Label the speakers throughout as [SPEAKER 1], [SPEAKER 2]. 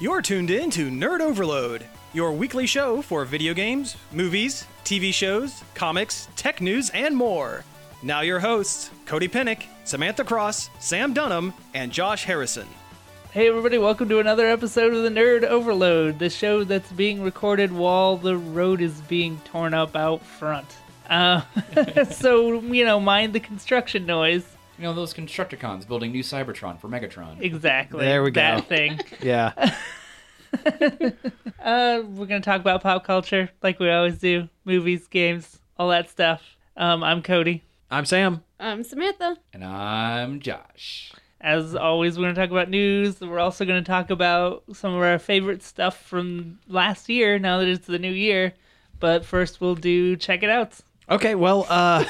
[SPEAKER 1] You're tuned in to Nerd Overload, your weekly show for video games, movies, TV shows, comics, tech news, and more. Now, your hosts, Cody Pennick, Samantha Cross, Sam Dunham, and Josh Harrison.
[SPEAKER 2] Hey, everybody, welcome to another episode of the Nerd Overload, the show that's being recorded while the road is being torn up out front. Uh, so, you know, mind the construction noise.
[SPEAKER 3] You know those Constructicons building new Cybertron for Megatron.
[SPEAKER 2] Exactly.
[SPEAKER 4] There we go.
[SPEAKER 2] That thing.
[SPEAKER 4] Yeah.
[SPEAKER 2] Uh, we're going to talk about pop culture like we always do movies, games, all that stuff. Um, I'm Cody.
[SPEAKER 4] I'm Sam.
[SPEAKER 5] I'm Um, Samantha.
[SPEAKER 3] And I'm Josh.
[SPEAKER 2] As always, we're going to talk about news. We're also going to talk about some of our favorite stuff from last year now that it's the new year. But first, we'll do check it outs.
[SPEAKER 4] Okay, well, uh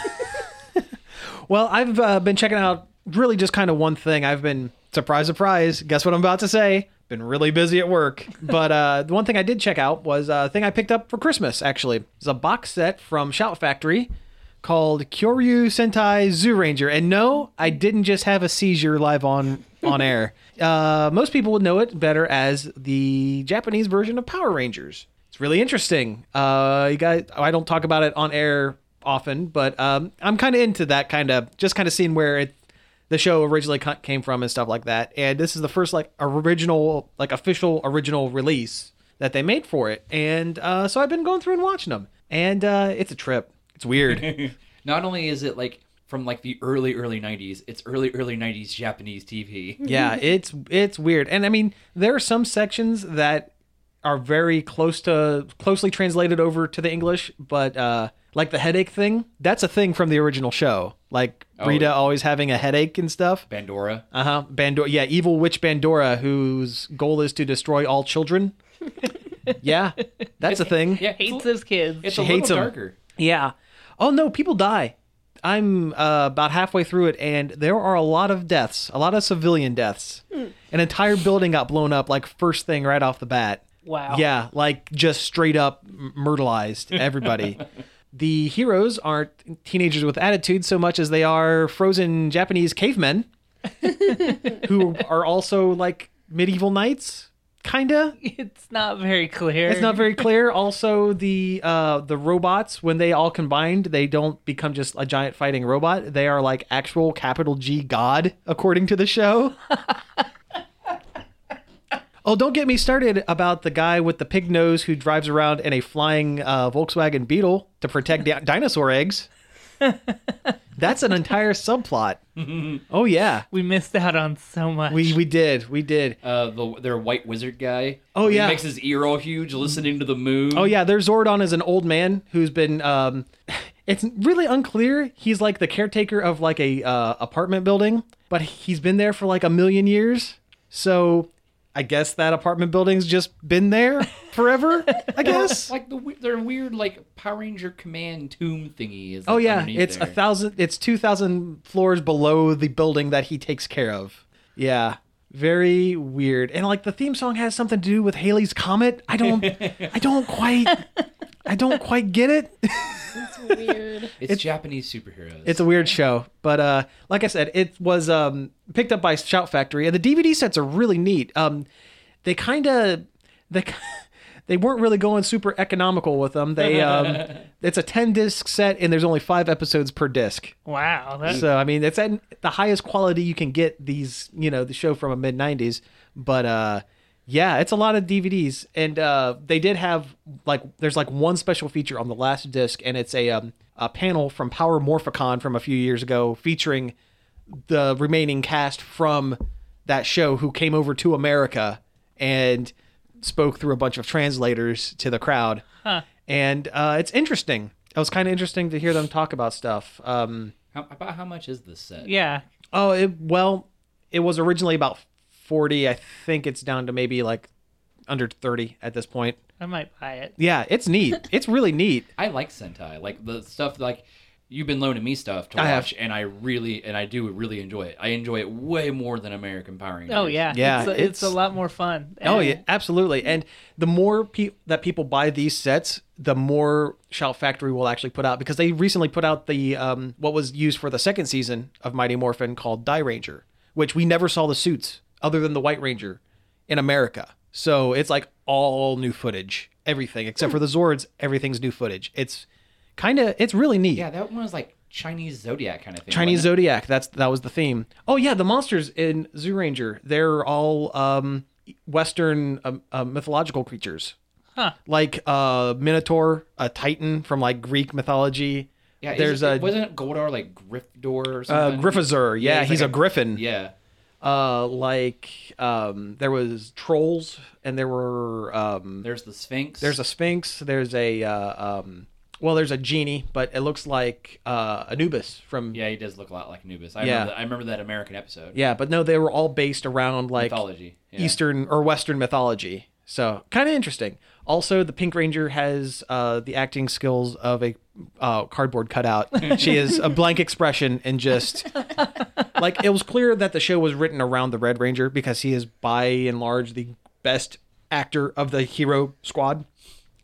[SPEAKER 4] Well, I've uh, been checking out really just kind of one thing. I've been surprise surprise, guess what I'm about to say? Been really busy at work. But uh the one thing I did check out was uh, a thing I picked up for Christmas actually. It's a box set from Shout Factory called Kyoryu Sentai Zoo Ranger. And no, I didn't just have a seizure live on on air. Uh, most people would know it better as the Japanese version of Power Rangers. It's really interesting. Uh, you guys, I don't talk about it on air often, but um, I'm kind of into that kind of just kind of seeing where it the show originally co- came from and stuff like that. And this is the first like original, like official original release that they made for it. And uh, so I've been going through and watching them, and uh, it's a trip. It's weird.
[SPEAKER 3] Not only is it like from like the early early 90s, it's early early 90s Japanese TV.
[SPEAKER 4] yeah, it's it's weird. And I mean, there are some sections that are very close to closely translated over to the English, but uh like the headache thing, that's a thing from the original show. Like
[SPEAKER 3] Oh,
[SPEAKER 4] Rita
[SPEAKER 3] yeah.
[SPEAKER 4] always having a headache and stuff.
[SPEAKER 3] Bandora.
[SPEAKER 4] Uh huh. Bandora. Yeah, evil witch Bandora, whose goal is to destroy all children. yeah, that's a thing.
[SPEAKER 3] Yeah,
[SPEAKER 2] Hates
[SPEAKER 3] it's a,
[SPEAKER 2] those kids.
[SPEAKER 3] it's
[SPEAKER 4] She
[SPEAKER 3] a little
[SPEAKER 4] hates 'em.
[SPEAKER 3] darker.
[SPEAKER 4] Yeah. Oh no, people die. I'm uh, about halfway through it, and there are a lot of deaths, a lot of civilian deaths. An entire building got blown up, like first thing right off the bat.
[SPEAKER 2] Wow.
[SPEAKER 4] Yeah, like just straight up m- myrtleized everybody. the heroes aren't teenagers with attitude so much as they are frozen Japanese cavemen who are also like medieval knights, kinda.
[SPEAKER 2] It's not very clear.
[SPEAKER 4] It's not very clear. Also, the uh, the robots when they all combined, they don't become just a giant fighting robot. They are like actual capital G God, according to the show. oh, don't get me started about the guy with the pig nose who drives around in a flying uh, Volkswagen Beetle to protect di- dinosaur eggs. That's an entire subplot. oh yeah,
[SPEAKER 2] We missed out on so much.
[SPEAKER 4] we we did we did.
[SPEAKER 3] Uh, the their white wizard guy.
[SPEAKER 4] Oh,
[SPEAKER 3] He
[SPEAKER 4] yeah.
[SPEAKER 3] makes his ear all huge, listening to the moon.
[SPEAKER 4] Oh yeah, their Zordon is an old man who's been. Um, it's really unclear. He's like the caretaker of like a uh, apartment building, but he's been there for like a million years. So I guess that apartment building's just been there forever. I guess.
[SPEAKER 3] Like the we- their weird like Power Ranger command tomb thingy is.
[SPEAKER 4] Oh
[SPEAKER 3] like,
[SPEAKER 4] yeah,
[SPEAKER 3] underneath
[SPEAKER 4] it's a
[SPEAKER 3] there.
[SPEAKER 4] thousand. It's two thousand floors below the building that he takes care of. Yeah, very weird. And like the theme song has something to do with Haley's comet. I don't. I don't quite. I don't quite get it.
[SPEAKER 5] It's weird.
[SPEAKER 3] It's, Japanese superheroes.
[SPEAKER 4] It's a weird show, but uh, like I said, it was um, picked up by Shout Factory, and the DVD sets are really neat. Um, they kind of they ki- they weren't really going super economical with them. They um, it's a ten disc set, and there's only five episodes per disc.
[SPEAKER 2] wow. That,
[SPEAKER 4] So I mean, it's at the highest quality you can get these. You know, the show from a mid '90s, but uh, yeah, it's a lot of DVDs, and uh, they did have like there's like one special feature on the last disc, and it's a um, a panel from Power Morphicon from a few years ago featuring the remaining cast from that show who came over to America and spoke through a bunch of translators to the crowd. And uh, it's interesting. It was kind of interesting to hear them talk about stuff. Um,
[SPEAKER 3] how, about how much is this set?
[SPEAKER 2] yeah.
[SPEAKER 4] Oh, it, well, it was originally about 40. I think it's down to maybe like under 30 at this point.
[SPEAKER 2] I might buy it.
[SPEAKER 4] Yeah, it's neat. it's really neat.
[SPEAKER 3] I like Sentai. Like the stuff like you've been loaning me stuff to
[SPEAKER 4] I have.
[SPEAKER 3] watch, and I really and I do really enjoy it. I enjoy it way more than American Power Rangers.
[SPEAKER 2] Oh yeah.
[SPEAKER 4] Yeah,
[SPEAKER 2] It's a, it's a
[SPEAKER 4] it's-
[SPEAKER 2] lot more fun.
[SPEAKER 4] Oh
[SPEAKER 2] And
[SPEAKER 4] yeah, absolutely. And the more pe- that people buy these sets, the more Shout Factory will actually put out because they recently put out the um, what was used for the second season of Mighty Morphin called Die Ranger, which we never saw the suits other than the White Ranger in America. So it's like all new footage, everything except for the Zords. Everything's new footage. It's kind of it's really neat.
[SPEAKER 3] Yeah, that one was like Chinese zodiac kind of thing.
[SPEAKER 4] Chinese
[SPEAKER 3] wasn't
[SPEAKER 4] zodiac. That's that was the theme. Oh yeah, the monsters in Zoo Ranger. They're all um, Western um, uh, mythological creatures,
[SPEAKER 2] Huh.
[SPEAKER 4] like uh, Minotaur, a Titan from like Greek mythology.
[SPEAKER 3] it? Yeah,
[SPEAKER 4] there's
[SPEAKER 3] there's
[SPEAKER 4] a-
[SPEAKER 3] a wasn't Goldar like Gryffindor or
[SPEAKER 4] Uh,
[SPEAKER 3] something?
[SPEAKER 4] Griffazur. Yeah, he's,
[SPEAKER 3] like
[SPEAKER 4] a, griffin.
[SPEAKER 3] Yeah,
[SPEAKER 4] Uh, like um, there was trolls, and there were um,
[SPEAKER 3] there's the Sphinx.
[SPEAKER 4] there's a sphinx. There's a uh, um, well, there's a genie, but it looks like uh, Anubis from
[SPEAKER 3] yeah, he does look a lot like Anubis. I
[SPEAKER 4] Yeah.
[SPEAKER 3] remember that, I remember that American episode.
[SPEAKER 4] Yeah, but no, they were all based around like
[SPEAKER 3] mythology. Yeah.
[SPEAKER 4] Eastern or Western mythology. So kind of interesting. Also, the Pink Ranger has uh, the acting skills of a uh, cardboard cutout. she is a blank expression and just like it was clear that the show was written around the Red Ranger because he is by and large the best actor of the hero squad.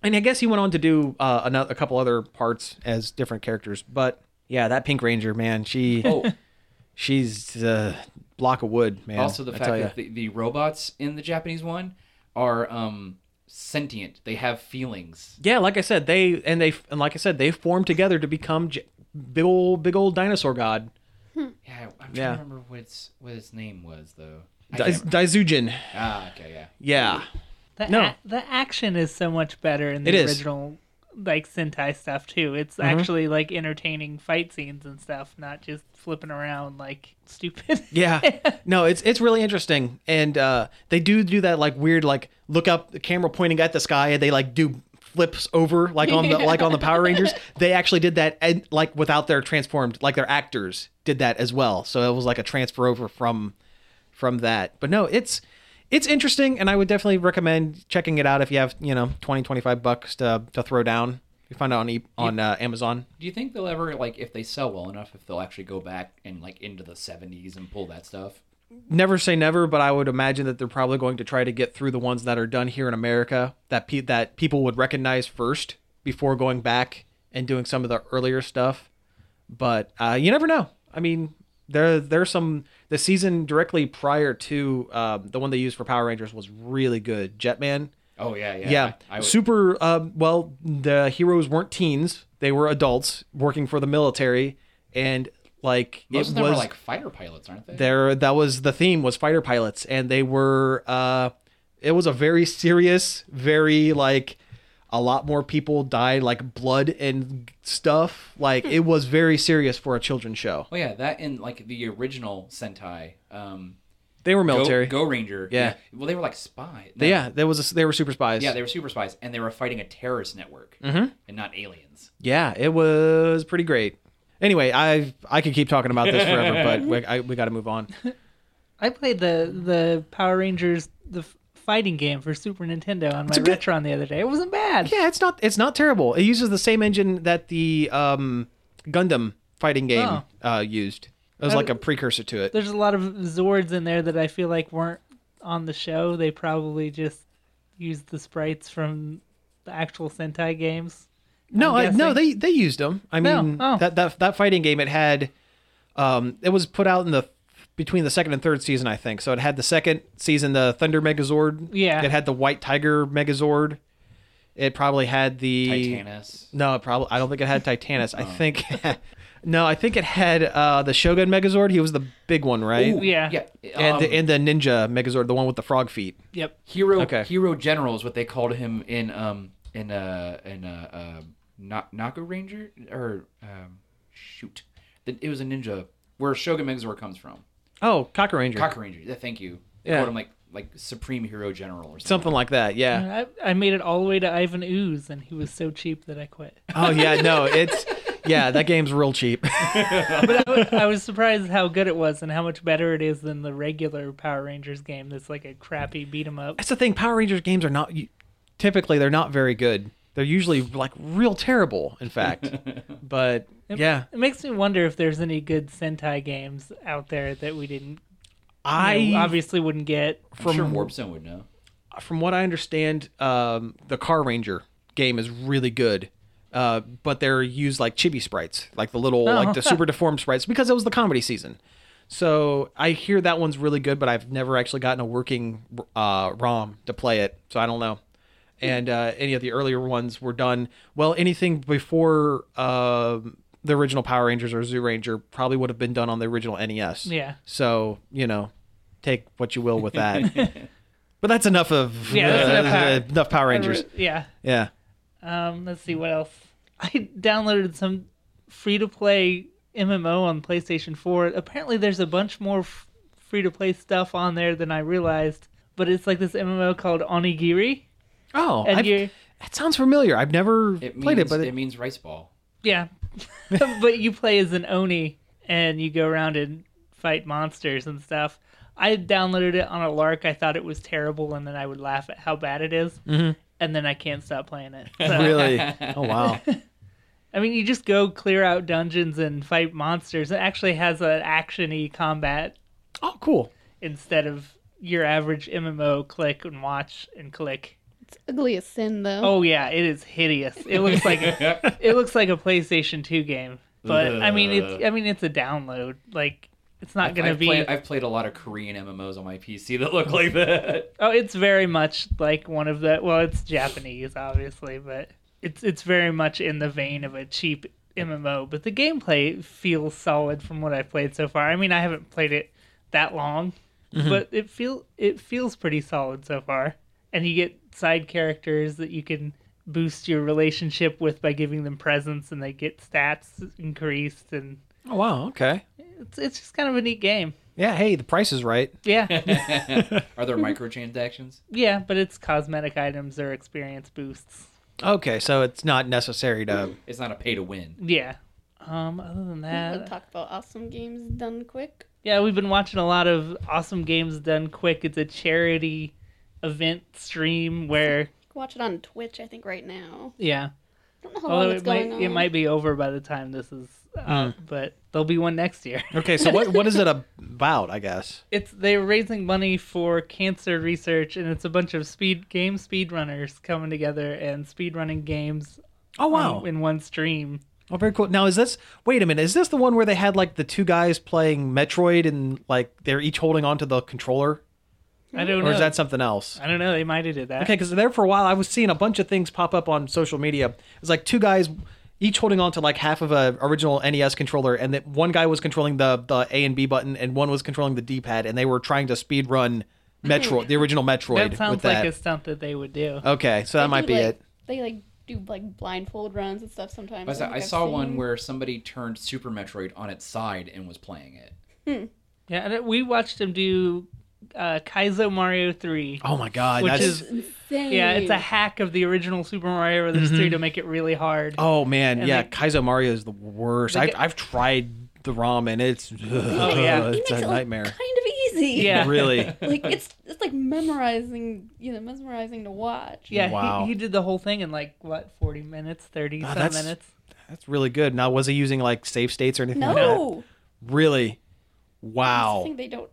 [SPEAKER 4] And I guess he went on to do uh, another, a couple other parts as different characters. But yeah, that Pink Ranger man, she
[SPEAKER 3] Oh,
[SPEAKER 4] she's a block of wood, man.
[SPEAKER 3] also the
[SPEAKER 4] I
[SPEAKER 3] fact
[SPEAKER 4] tell ya.
[SPEAKER 3] that the, the robots in the Japanese one are um sentient. They have feelings.
[SPEAKER 4] Yeah, like I said, they and they and like I said, they formed together to become j- big old big old dinosaur god.
[SPEAKER 3] Yeah, I'm trying
[SPEAKER 4] Yeah.
[SPEAKER 3] to remember what its what its name was though. I
[SPEAKER 4] Dai-
[SPEAKER 3] can't remember.
[SPEAKER 4] Daizujin.
[SPEAKER 3] ah, okay, yeah.
[SPEAKER 4] Yeah.
[SPEAKER 2] The,
[SPEAKER 4] No.
[SPEAKER 2] a- the action is so much better in the
[SPEAKER 4] It is. Mm-hmm.
[SPEAKER 2] original like Sentai stuff too. It's actually like entertaining fight scenes and stuff, not just flipping around like stupid.
[SPEAKER 4] Yeah. No, it's it's really interesting. And uh they do do that like weird like look up the camera pointing at the sky and they like do flips over like on the like on the Power Rangers. They actually did that and like without their transformed like their actors did that as well. So it was like a transfer over from from that. But no, it's it's interesting and I would definitely recommend checking it out if you have, you know, 20 25 bucks to to throw down. You find it on e- on uh, Amazon.
[SPEAKER 3] Do you think they'll ever like if they sell well enough if they'll actually go back and like into the 70s and pull that stuff?
[SPEAKER 4] never say never, but I would imagine that they're probably going to try to get through the ones that are done here in America that pe- that people would recognize first before going back and doing some of the earlier stuff. But uh, you never know. I mean, there there's some the season directly prior to um, the one they used for Power Rangers was really good. Jetman,
[SPEAKER 3] Oh yeah, yeah.
[SPEAKER 4] yeah,
[SPEAKER 3] I, I would,
[SPEAKER 4] super. Um, well, the heroes weren't teens; they were adults working for the military, and like it
[SPEAKER 3] most of them
[SPEAKER 4] was
[SPEAKER 3] are like fighter pilots, aren't they?
[SPEAKER 4] there that was the theme was fighter pilots and they were uh it was a very serious very like a lot more people died like blood and stuff like it was very serious for a children's show
[SPEAKER 3] Oh yeah, that and like the original Sentai, um,
[SPEAKER 4] they were
[SPEAKER 3] Go-
[SPEAKER 4] military
[SPEAKER 3] Go, Ranger.
[SPEAKER 4] Yeah.
[SPEAKER 3] Well, they were like spy.
[SPEAKER 4] They-
[SPEAKER 3] no.
[SPEAKER 4] yeah there was a, they were super spies
[SPEAKER 3] Yeah, they were super spies, and they were fighting a terrorist network
[SPEAKER 4] Mm-hmm.
[SPEAKER 3] and not aliens.
[SPEAKER 4] yeah it was pretty great anyway i i could keep talking about this forever but we, I, we got to move on
[SPEAKER 2] I played the the Power Rangers the f- fighting game for Super Nintendo on my
[SPEAKER 4] a good-
[SPEAKER 2] Retron the other day. It wasn't bad.
[SPEAKER 4] yeah it's not it's not terrible it uses the same engine that the um gundam fighting game
[SPEAKER 3] Oh.
[SPEAKER 4] uh used it was
[SPEAKER 2] I-
[SPEAKER 4] like a precursor to it
[SPEAKER 2] There's a lot of Zords in there that I feel like weren't on the show. They probably just used the sprites from the actual Sentai games.
[SPEAKER 4] No, I,
[SPEAKER 2] I'm
[SPEAKER 4] no,
[SPEAKER 2] guessing.
[SPEAKER 4] they they used them. I
[SPEAKER 2] No,
[SPEAKER 4] mean,
[SPEAKER 2] oh.
[SPEAKER 4] that, that that fighting game it had, um, it was put out in the between the second and third season, I think. So it had the second season, the Thunder Megazord.
[SPEAKER 2] Yeah.
[SPEAKER 4] It had the White Tiger Megazord. It probably had the
[SPEAKER 3] Titanus.
[SPEAKER 4] No, it probably. I don't think it had Titanus. I think. No, I think it had uh, the Shogun Megazord. He was the big one, right?
[SPEAKER 3] Ooh,
[SPEAKER 2] Yeah.
[SPEAKER 3] Yeah.
[SPEAKER 4] And, the,
[SPEAKER 3] um,
[SPEAKER 4] and the Ninja Megazord, the one with the frog feet.
[SPEAKER 2] Yep.
[SPEAKER 3] hero
[SPEAKER 4] Okay.
[SPEAKER 3] hero general is what they called him in um in uh in uh, uh Na- Naga Ranger or um shoot The- it was a ninja where Shogun Megazord comes from
[SPEAKER 4] Oh, Cocker Ranger.
[SPEAKER 3] Cocker Ranger yeah, thank you they
[SPEAKER 4] Yeah.
[SPEAKER 3] called him like like supreme hero general or something
[SPEAKER 4] Something like that, yeah.
[SPEAKER 2] I, I made it all the way to Ivan Ooze, and he was so cheap that I quit.
[SPEAKER 4] Oh yeah, no, it's yeah. That game's real cheap.
[SPEAKER 2] I was surprised how good it was and how much better it is than the regular Power Rangers game that's like a crappy beat 'em up.
[SPEAKER 4] that's the thing. Power Rangers games are not you- typically they're not very good. They're usually like real terrible, in fact. but yeah,
[SPEAKER 2] It makes me wonder if there's any good Sentai games out there that we didn't
[SPEAKER 4] I
[SPEAKER 2] you know, obviously wouldn't get.
[SPEAKER 3] I'm sure Warp Zone would know
[SPEAKER 4] from what I understand, um, the Car Ranger game is really good. Uh, but they're used like chibi sprites, like the little, like the super deformed sprites, because it was the comedy season. So I hear that one's really good, but I've never actually gotten a working uh, ROM to play it, so I don't know. And uh, any of the earlier ones were done well. Anything before um the original Power Rangers or Zoo Ranger probably would have been done on the original E NES.
[SPEAKER 2] Yeah.
[SPEAKER 4] So you know, take what you will with that. but that's enough of
[SPEAKER 2] Yeah, that's
[SPEAKER 4] uh,
[SPEAKER 2] enough Power-
[SPEAKER 4] enough Power Rangers.
[SPEAKER 2] Yeah.
[SPEAKER 4] Yeah.
[SPEAKER 2] Um, let's see what else. I downloaded some free to play MMO on PlayStation 4. Apparently, there's a bunch more f- free to play stuff on there than I realized. But it's like this MMO called Onigiri.
[SPEAKER 4] Oh,
[SPEAKER 2] And
[SPEAKER 4] I've-
[SPEAKER 2] you-
[SPEAKER 4] that sounds familiar. I've never
[SPEAKER 3] It means,
[SPEAKER 4] played it, but
[SPEAKER 3] it,
[SPEAKER 4] it,
[SPEAKER 3] means rice ball.
[SPEAKER 2] Yeah. but you play as an Oni and you go around and fight monsters and stuff. I downloaded it on a lark. I thought it was terrible and then I would laugh at how bad it is. And then I can't stop playing it. So,
[SPEAKER 4] really. Oh wow.
[SPEAKER 2] I mean, you just go clear out dungeons and fight monsters. It actually has an action y combat
[SPEAKER 4] Oh, cool.
[SPEAKER 2] instead of your average MMO click and watch and click.
[SPEAKER 5] Ugly as sin, though.
[SPEAKER 2] Oh yeah, it is hideous. It looks like it looks like a PlayStation 2 game. But I mean, it's I mean it's a download. Like it's not going to
[SPEAKER 3] I've
[SPEAKER 2] be.
[SPEAKER 3] Played, I've played a lot of Korean MMOs on my PC that look like that.
[SPEAKER 2] oh, it's very much like one of the. Well, it's Japanese, obviously, but it's it's very much in the vein of a cheap MMO. But the gameplay feels solid from what I've played so far. I mean, I haven't played it that long, but it feel it feels pretty solid so far. And you get side characters that you can boost your relationship with by giving them presents, and they get stats increased. And
[SPEAKER 4] Oh wow. Okay.
[SPEAKER 2] it's it's just kind of a neat game.
[SPEAKER 4] Yeah. Hey, the price is right.
[SPEAKER 2] Yeah.
[SPEAKER 3] Are there microtransactions?
[SPEAKER 2] Yeah, but it's cosmetic items or experience boosts.
[SPEAKER 4] Okay, so it's not necessary to.
[SPEAKER 3] It's not a pay to win.
[SPEAKER 2] Yeah. Um, other than
[SPEAKER 5] We'll
[SPEAKER 2] that,
[SPEAKER 5] talk about awesome games done quick.
[SPEAKER 2] yeah, we've been watching a lot of awesome games done quick. It's a charity event stream where,
[SPEAKER 5] You can watch it on Twitch, I think, right now.
[SPEAKER 2] yeah,
[SPEAKER 5] I don't know how
[SPEAKER 2] although
[SPEAKER 5] long it's
[SPEAKER 2] it might
[SPEAKER 5] going on.
[SPEAKER 2] it might be over by the time this is up,
[SPEAKER 4] Hmm.
[SPEAKER 2] but there'll be one next year.
[SPEAKER 4] Okay, so what what is it about? I guess.
[SPEAKER 2] It's they're raising money for cancer research, and it's a bunch of speed game speedrunners coming together and speedrunning games
[SPEAKER 4] Oh
[SPEAKER 2] on-
[SPEAKER 4] wow.
[SPEAKER 2] in one stream.
[SPEAKER 4] Oh, very cool. Now is this? Wait a minute. Is this the one where they had like the two guys playing Metroid and like they're each holding onto the controller,
[SPEAKER 5] Hmm.
[SPEAKER 2] I don't
[SPEAKER 4] or
[SPEAKER 2] know.
[SPEAKER 4] is that something else?
[SPEAKER 2] I don't know. They might have did that.
[SPEAKER 4] Okay, because there for a while I was seeing a bunch of things pop up on social media. It's like two guys, each holding on to like half of a original NES controller, and that one guy was controlling the the A and B button, and one was controlling the D pad, and they were trying to speed run Metroid, the original Metroid.
[SPEAKER 2] Hmm. That sounds
[SPEAKER 4] with that.
[SPEAKER 2] like a stunt that they would do.
[SPEAKER 4] Okay, so that
[SPEAKER 5] They
[SPEAKER 4] might
[SPEAKER 5] do,
[SPEAKER 4] be
[SPEAKER 5] like,
[SPEAKER 4] it.
[SPEAKER 5] They like do like blindfold runs and stuff sometimes.
[SPEAKER 3] I saw,
[SPEAKER 5] think
[SPEAKER 3] I
[SPEAKER 5] I've
[SPEAKER 3] saw one
[SPEAKER 5] seen.
[SPEAKER 3] where somebody turned Super Metroid on its side and was playing it.
[SPEAKER 2] Yeah, and we watched him do uh, Kaizo Mario 3.
[SPEAKER 4] Oh my god,
[SPEAKER 2] Which
[SPEAKER 4] that's
[SPEAKER 2] is-
[SPEAKER 5] Insane.
[SPEAKER 2] Yeah, it's a hack of the original Super Mario Brothers 3 to make it really hard.
[SPEAKER 4] Mm-hmm. oh man,
[SPEAKER 2] and
[SPEAKER 4] yeah,
[SPEAKER 2] they-
[SPEAKER 4] Kaizo Mario is the worst.
[SPEAKER 2] They
[SPEAKER 4] I've,
[SPEAKER 2] get-
[SPEAKER 4] I've tried the ROM and it's
[SPEAKER 2] Oh, yeah.
[SPEAKER 5] He
[SPEAKER 4] Oh, it's
[SPEAKER 5] makes
[SPEAKER 4] a
[SPEAKER 5] it look
[SPEAKER 4] nightmare.
[SPEAKER 5] kind of easy.
[SPEAKER 2] Yeah.
[SPEAKER 4] Really,
[SPEAKER 5] like it's it's like memorizing, you know, mesmerizing to watch.
[SPEAKER 2] Yeah,
[SPEAKER 4] Wow.
[SPEAKER 2] he, he did the whole thing in like, what, 40 minutes, 30
[SPEAKER 4] Oh,
[SPEAKER 2] some
[SPEAKER 4] that's-
[SPEAKER 2] minutes?
[SPEAKER 4] that's really good. Now was he using like save states or anything?
[SPEAKER 5] No.
[SPEAKER 4] like that? really. Wow.
[SPEAKER 5] I think they don't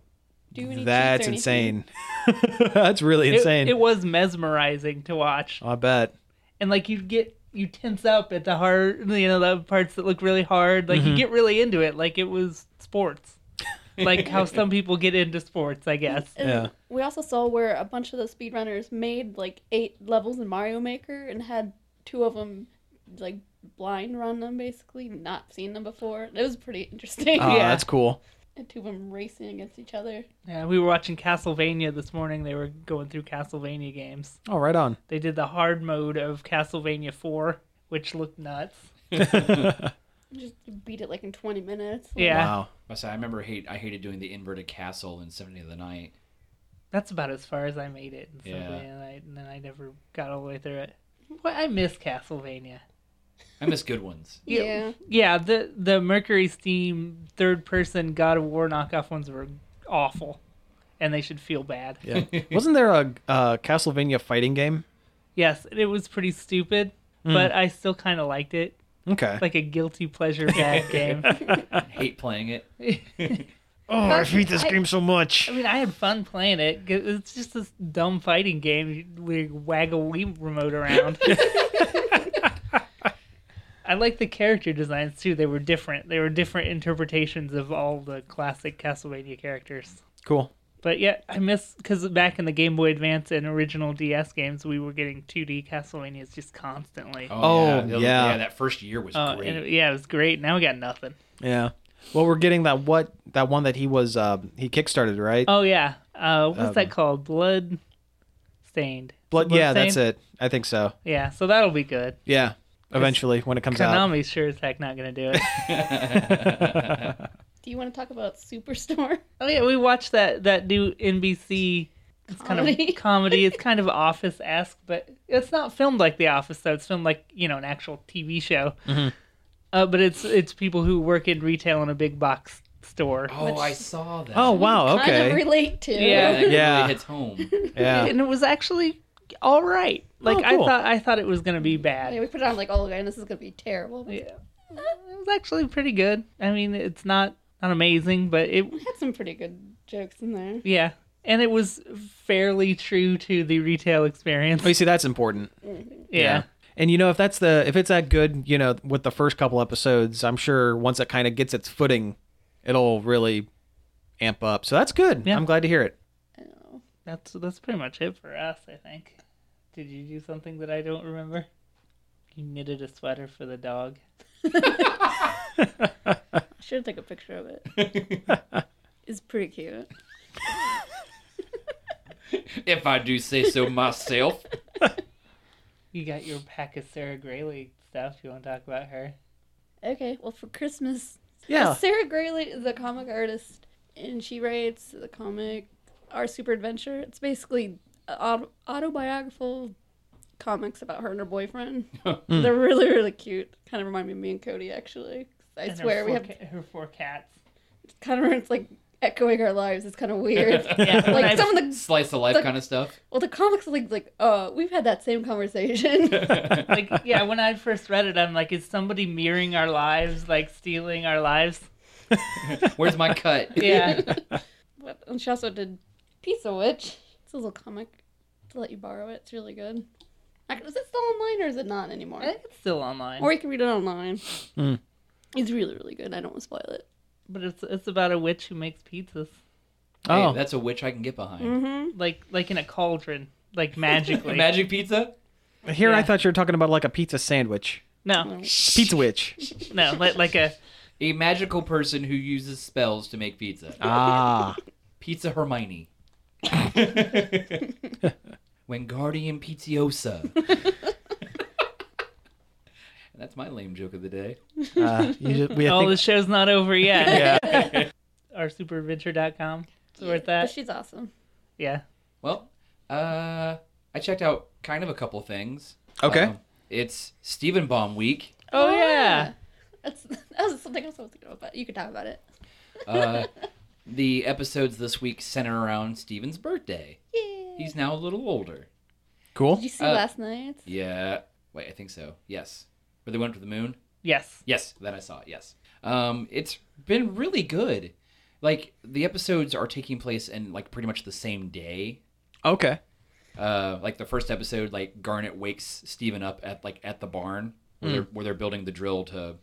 [SPEAKER 5] do any
[SPEAKER 4] That's
[SPEAKER 5] cheats or anything.
[SPEAKER 4] insane. That's really
[SPEAKER 2] It-
[SPEAKER 4] insane.
[SPEAKER 2] It, was mesmerizing to watch.
[SPEAKER 4] I bet.
[SPEAKER 2] And like, you get, you tense up at the hard, you know, the parts that look really hard. Like,
[SPEAKER 4] Mm-hmm.
[SPEAKER 2] you get really into it. Like, it was sports. like how some people get into sports, I guess.
[SPEAKER 5] And
[SPEAKER 4] Yeah.
[SPEAKER 5] We also saw where a bunch of those speedrunners made like eight levels in Mario Maker and had two of them like blind run them basically, not seen them before. It was pretty interesting.
[SPEAKER 4] Oh,
[SPEAKER 2] Yeah.
[SPEAKER 4] that's cool.
[SPEAKER 5] And two of them racing against each other.
[SPEAKER 2] Yeah, we were watching Castlevania this morning. They were going through Castlevania games.
[SPEAKER 4] Oh, right on.
[SPEAKER 2] They did the hard mode of Castlevania 4, which looked nuts.
[SPEAKER 5] Just beat it like in 20 minutes.
[SPEAKER 2] Yeah.
[SPEAKER 4] Wow.
[SPEAKER 3] I said, I remember hate I hated doing the inverted castle in Symphony of the Night.
[SPEAKER 2] That's about as far as I made it. in
[SPEAKER 3] Yeah.
[SPEAKER 2] Symphony, And, I, and then I never got all the way through it. What I miss Castlevania.
[SPEAKER 3] I miss good ones.
[SPEAKER 2] Yeah.
[SPEAKER 5] Yeah.
[SPEAKER 2] Yeah, the the Mercury Steam third person God of War knockoff ones were awful, and they should feel bad.
[SPEAKER 4] Yeah. Wasn't there a uh, Castlevania fighting game?
[SPEAKER 2] Yes, it was pretty stupid, but I still kind of liked it.
[SPEAKER 4] Okay.
[SPEAKER 2] Like a guilty pleasure bad game.
[SPEAKER 3] I hate playing it.
[SPEAKER 4] oh, I hate this
[SPEAKER 5] I-
[SPEAKER 4] game so much.
[SPEAKER 2] I mean, I had fun playing it. 'cause It's just this dumb fighting game. We wag a Wii remote around. I like the character designs too. They were different. They were different interpretations of all the classic Castlevania characters.
[SPEAKER 4] Cool.
[SPEAKER 2] But yeah, I miss because back in the Game Boy Advance and original DS games, we were getting 2D Castlevanias just constantly.
[SPEAKER 4] Oh,
[SPEAKER 3] yeah.
[SPEAKER 4] yeah.
[SPEAKER 3] That first year was
[SPEAKER 5] Oh,
[SPEAKER 2] Uh,
[SPEAKER 3] great.
[SPEAKER 2] and it- yeah, it was great. Now we got nothing.
[SPEAKER 4] Yeah. Well, we're getting that what that one that he was uh, he kickstarted right?
[SPEAKER 2] Oh yeah, uh, what's
[SPEAKER 4] Um,
[SPEAKER 2] that called? Blood stained.
[SPEAKER 4] Blood. Yeah, that's it. I think so.
[SPEAKER 2] Yeah, so that'll be good.
[SPEAKER 4] Yeah. Eventually, when it comes out.
[SPEAKER 2] Konami's sure as heck not gonna do it.
[SPEAKER 5] Do you want to talk about Superstore?
[SPEAKER 2] oh yeah, we watched that that new NBC. It's kind
[SPEAKER 5] Comedy.
[SPEAKER 2] of comedy. It's kind of Office esque, but it's not filmed like The Office, though. It's filmed like you know an actual TV show.
[SPEAKER 3] Mm-hmm.
[SPEAKER 2] Uh, but it's it's people who work in retail in a big box store.
[SPEAKER 3] oh, I saw that.
[SPEAKER 4] Oh wow.
[SPEAKER 5] Kind of
[SPEAKER 4] Okay.
[SPEAKER 5] relate to.
[SPEAKER 2] Yeah.
[SPEAKER 3] that
[SPEAKER 4] Yeah.
[SPEAKER 3] really hits home.
[SPEAKER 4] Yeah.
[SPEAKER 2] and it was actually all right. Like
[SPEAKER 4] cool.
[SPEAKER 2] I thought I thought Oh, it was gonna be
[SPEAKER 5] I mean,
[SPEAKER 2] bad.
[SPEAKER 5] we put it on like, oh, man, this is gonna be terrible.
[SPEAKER 2] Yeah. It was actually pretty good. I mean, it's not not amazing, but it
[SPEAKER 5] We had some pretty good jokes in there.
[SPEAKER 2] yeah, and it was fairly true to the retail experience.
[SPEAKER 4] Oh, you see, that's important.
[SPEAKER 2] yeah.
[SPEAKER 4] And you know, if that's the if it's that good, you know, with the first couple episodes, I'm sure once it kind of gets its footing, it'll really amp up. So that's good.
[SPEAKER 2] Yeah.
[SPEAKER 4] I'm glad to hear it.
[SPEAKER 5] I don't know.
[SPEAKER 2] That's that's pretty much it for us, I think. Did you do something that I don't remember? You knitted a sweater for the dog.
[SPEAKER 5] I should take a picture of it. it's pretty cute.
[SPEAKER 3] if I do say so myself.
[SPEAKER 2] You got your pack of Sarah Grayley stuff. You want to talk about her?
[SPEAKER 5] Okay, well, for Christmas,
[SPEAKER 4] Yeah.
[SPEAKER 5] Sarah Grayley is a comic artist, and she writes the comic Our Super Adventure. It's basically auto- autobiographical comics about her and her boyfriend. They're really, really cute. Kind of remind me of me and Cody, actually. I
[SPEAKER 2] And her
[SPEAKER 5] swear, we
[SPEAKER 2] four
[SPEAKER 5] have
[SPEAKER 2] ca- her four cats.
[SPEAKER 5] kind of, it's like echoing our lives. It's kind of weird.
[SPEAKER 2] Yeah, when I-
[SPEAKER 5] like, some of the,
[SPEAKER 3] Slice of life
[SPEAKER 5] The-
[SPEAKER 3] kind of stuff.
[SPEAKER 5] well, the comics, like, like, uh, we've had that same conversation.
[SPEAKER 2] like yeah when i first read it i'm like is somebody mirroring our lives like stealing our lives
[SPEAKER 3] Where's my cut?
[SPEAKER 2] yeah
[SPEAKER 5] What- And she also did Pizza Witch. It's a little comic to let you borrow it. It's really good. I- Is it still online or is it not anymore?
[SPEAKER 2] i think it's still online
[SPEAKER 5] Or you can read it online.
[SPEAKER 2] Hmm.
[SPEAKER 4] Mm.
[SPEAKER 5] It's really, really good. I don't want to spoil it.
[SPEAKER 2] but it's it's about a witch who makes pizzas
[SPEAKER 3] Hey,
[SPEAKER 4] Oh.
[SPEAKER 3] that's a witch I can get behind.
[SPEAKER 5] Mm-hmm.
[SPEAKER 2] like like in a cauldron like magically
[SPEAKER 3] Magic pizza?
[SPEAKER 4] Here I
[SPEAKER 2] Yeah.
[SPEAKER 4] thought you were talking about like a pizza sandwich.
[SPEAKER 2] no
[SPEAKER 4] Pizza witch.
[SPEAKER 2] no like like a
[SPEAKER 3] A magical person who uses spells to make pizza.
[SPEAKER 4] ah.
[SPEAKER 3] Pizza Hermione. Wingardium Pizziosa. That's my lame joke of the day.
[SPEAKER 4] Uh, you just, we, I
[SPEAKER 2] oh
[SPEAKER 4] think-
[SPEAKER 2] the show's not over yet
[SPEAKER 4] Yeah.
[SPEAKER 2] our superadventure.com it's worth that
[SPEAKER 5] she's awesome.
[SPEAKER 2] yeah
[SPEAKER 3] Well, uh, I checked out kind of a couple things.
[SPEAKER 4] Okay.
[SPEAKER 3] Um, it's Steven Baum week.
[SPEAKER 2] oh yeah
[SPEAKER 5] That's, that was something else I was thinking about. but You could talk about it.
[SPEAKER 3] Uh, the episodes this week center around Steven's birthday.
[SPEAKER 5] Yeah.
[SPEAKER 3] He's now a little older.
[SPEAKER 4] cool.
[SPEAKER 5] Did you see
[SPEAKER 3] Uh,
[SPEAKER 5] last night?
[SPEAKER 3] Yeah. Wait, I think so. Yes. Where they went to the moon?
[SPEAKER 2] yes
[SPEAKER 3] Yes, that I saw. Yes. Um, it's been really good. Like the episodes are taking place in like pretty much the same day.
[SPEAKER 4] Okay.
[SPEAKER 3] Uh, like the first episode, like Garnet wakes Steven up at like at the barn where, they're, where they're building the drill to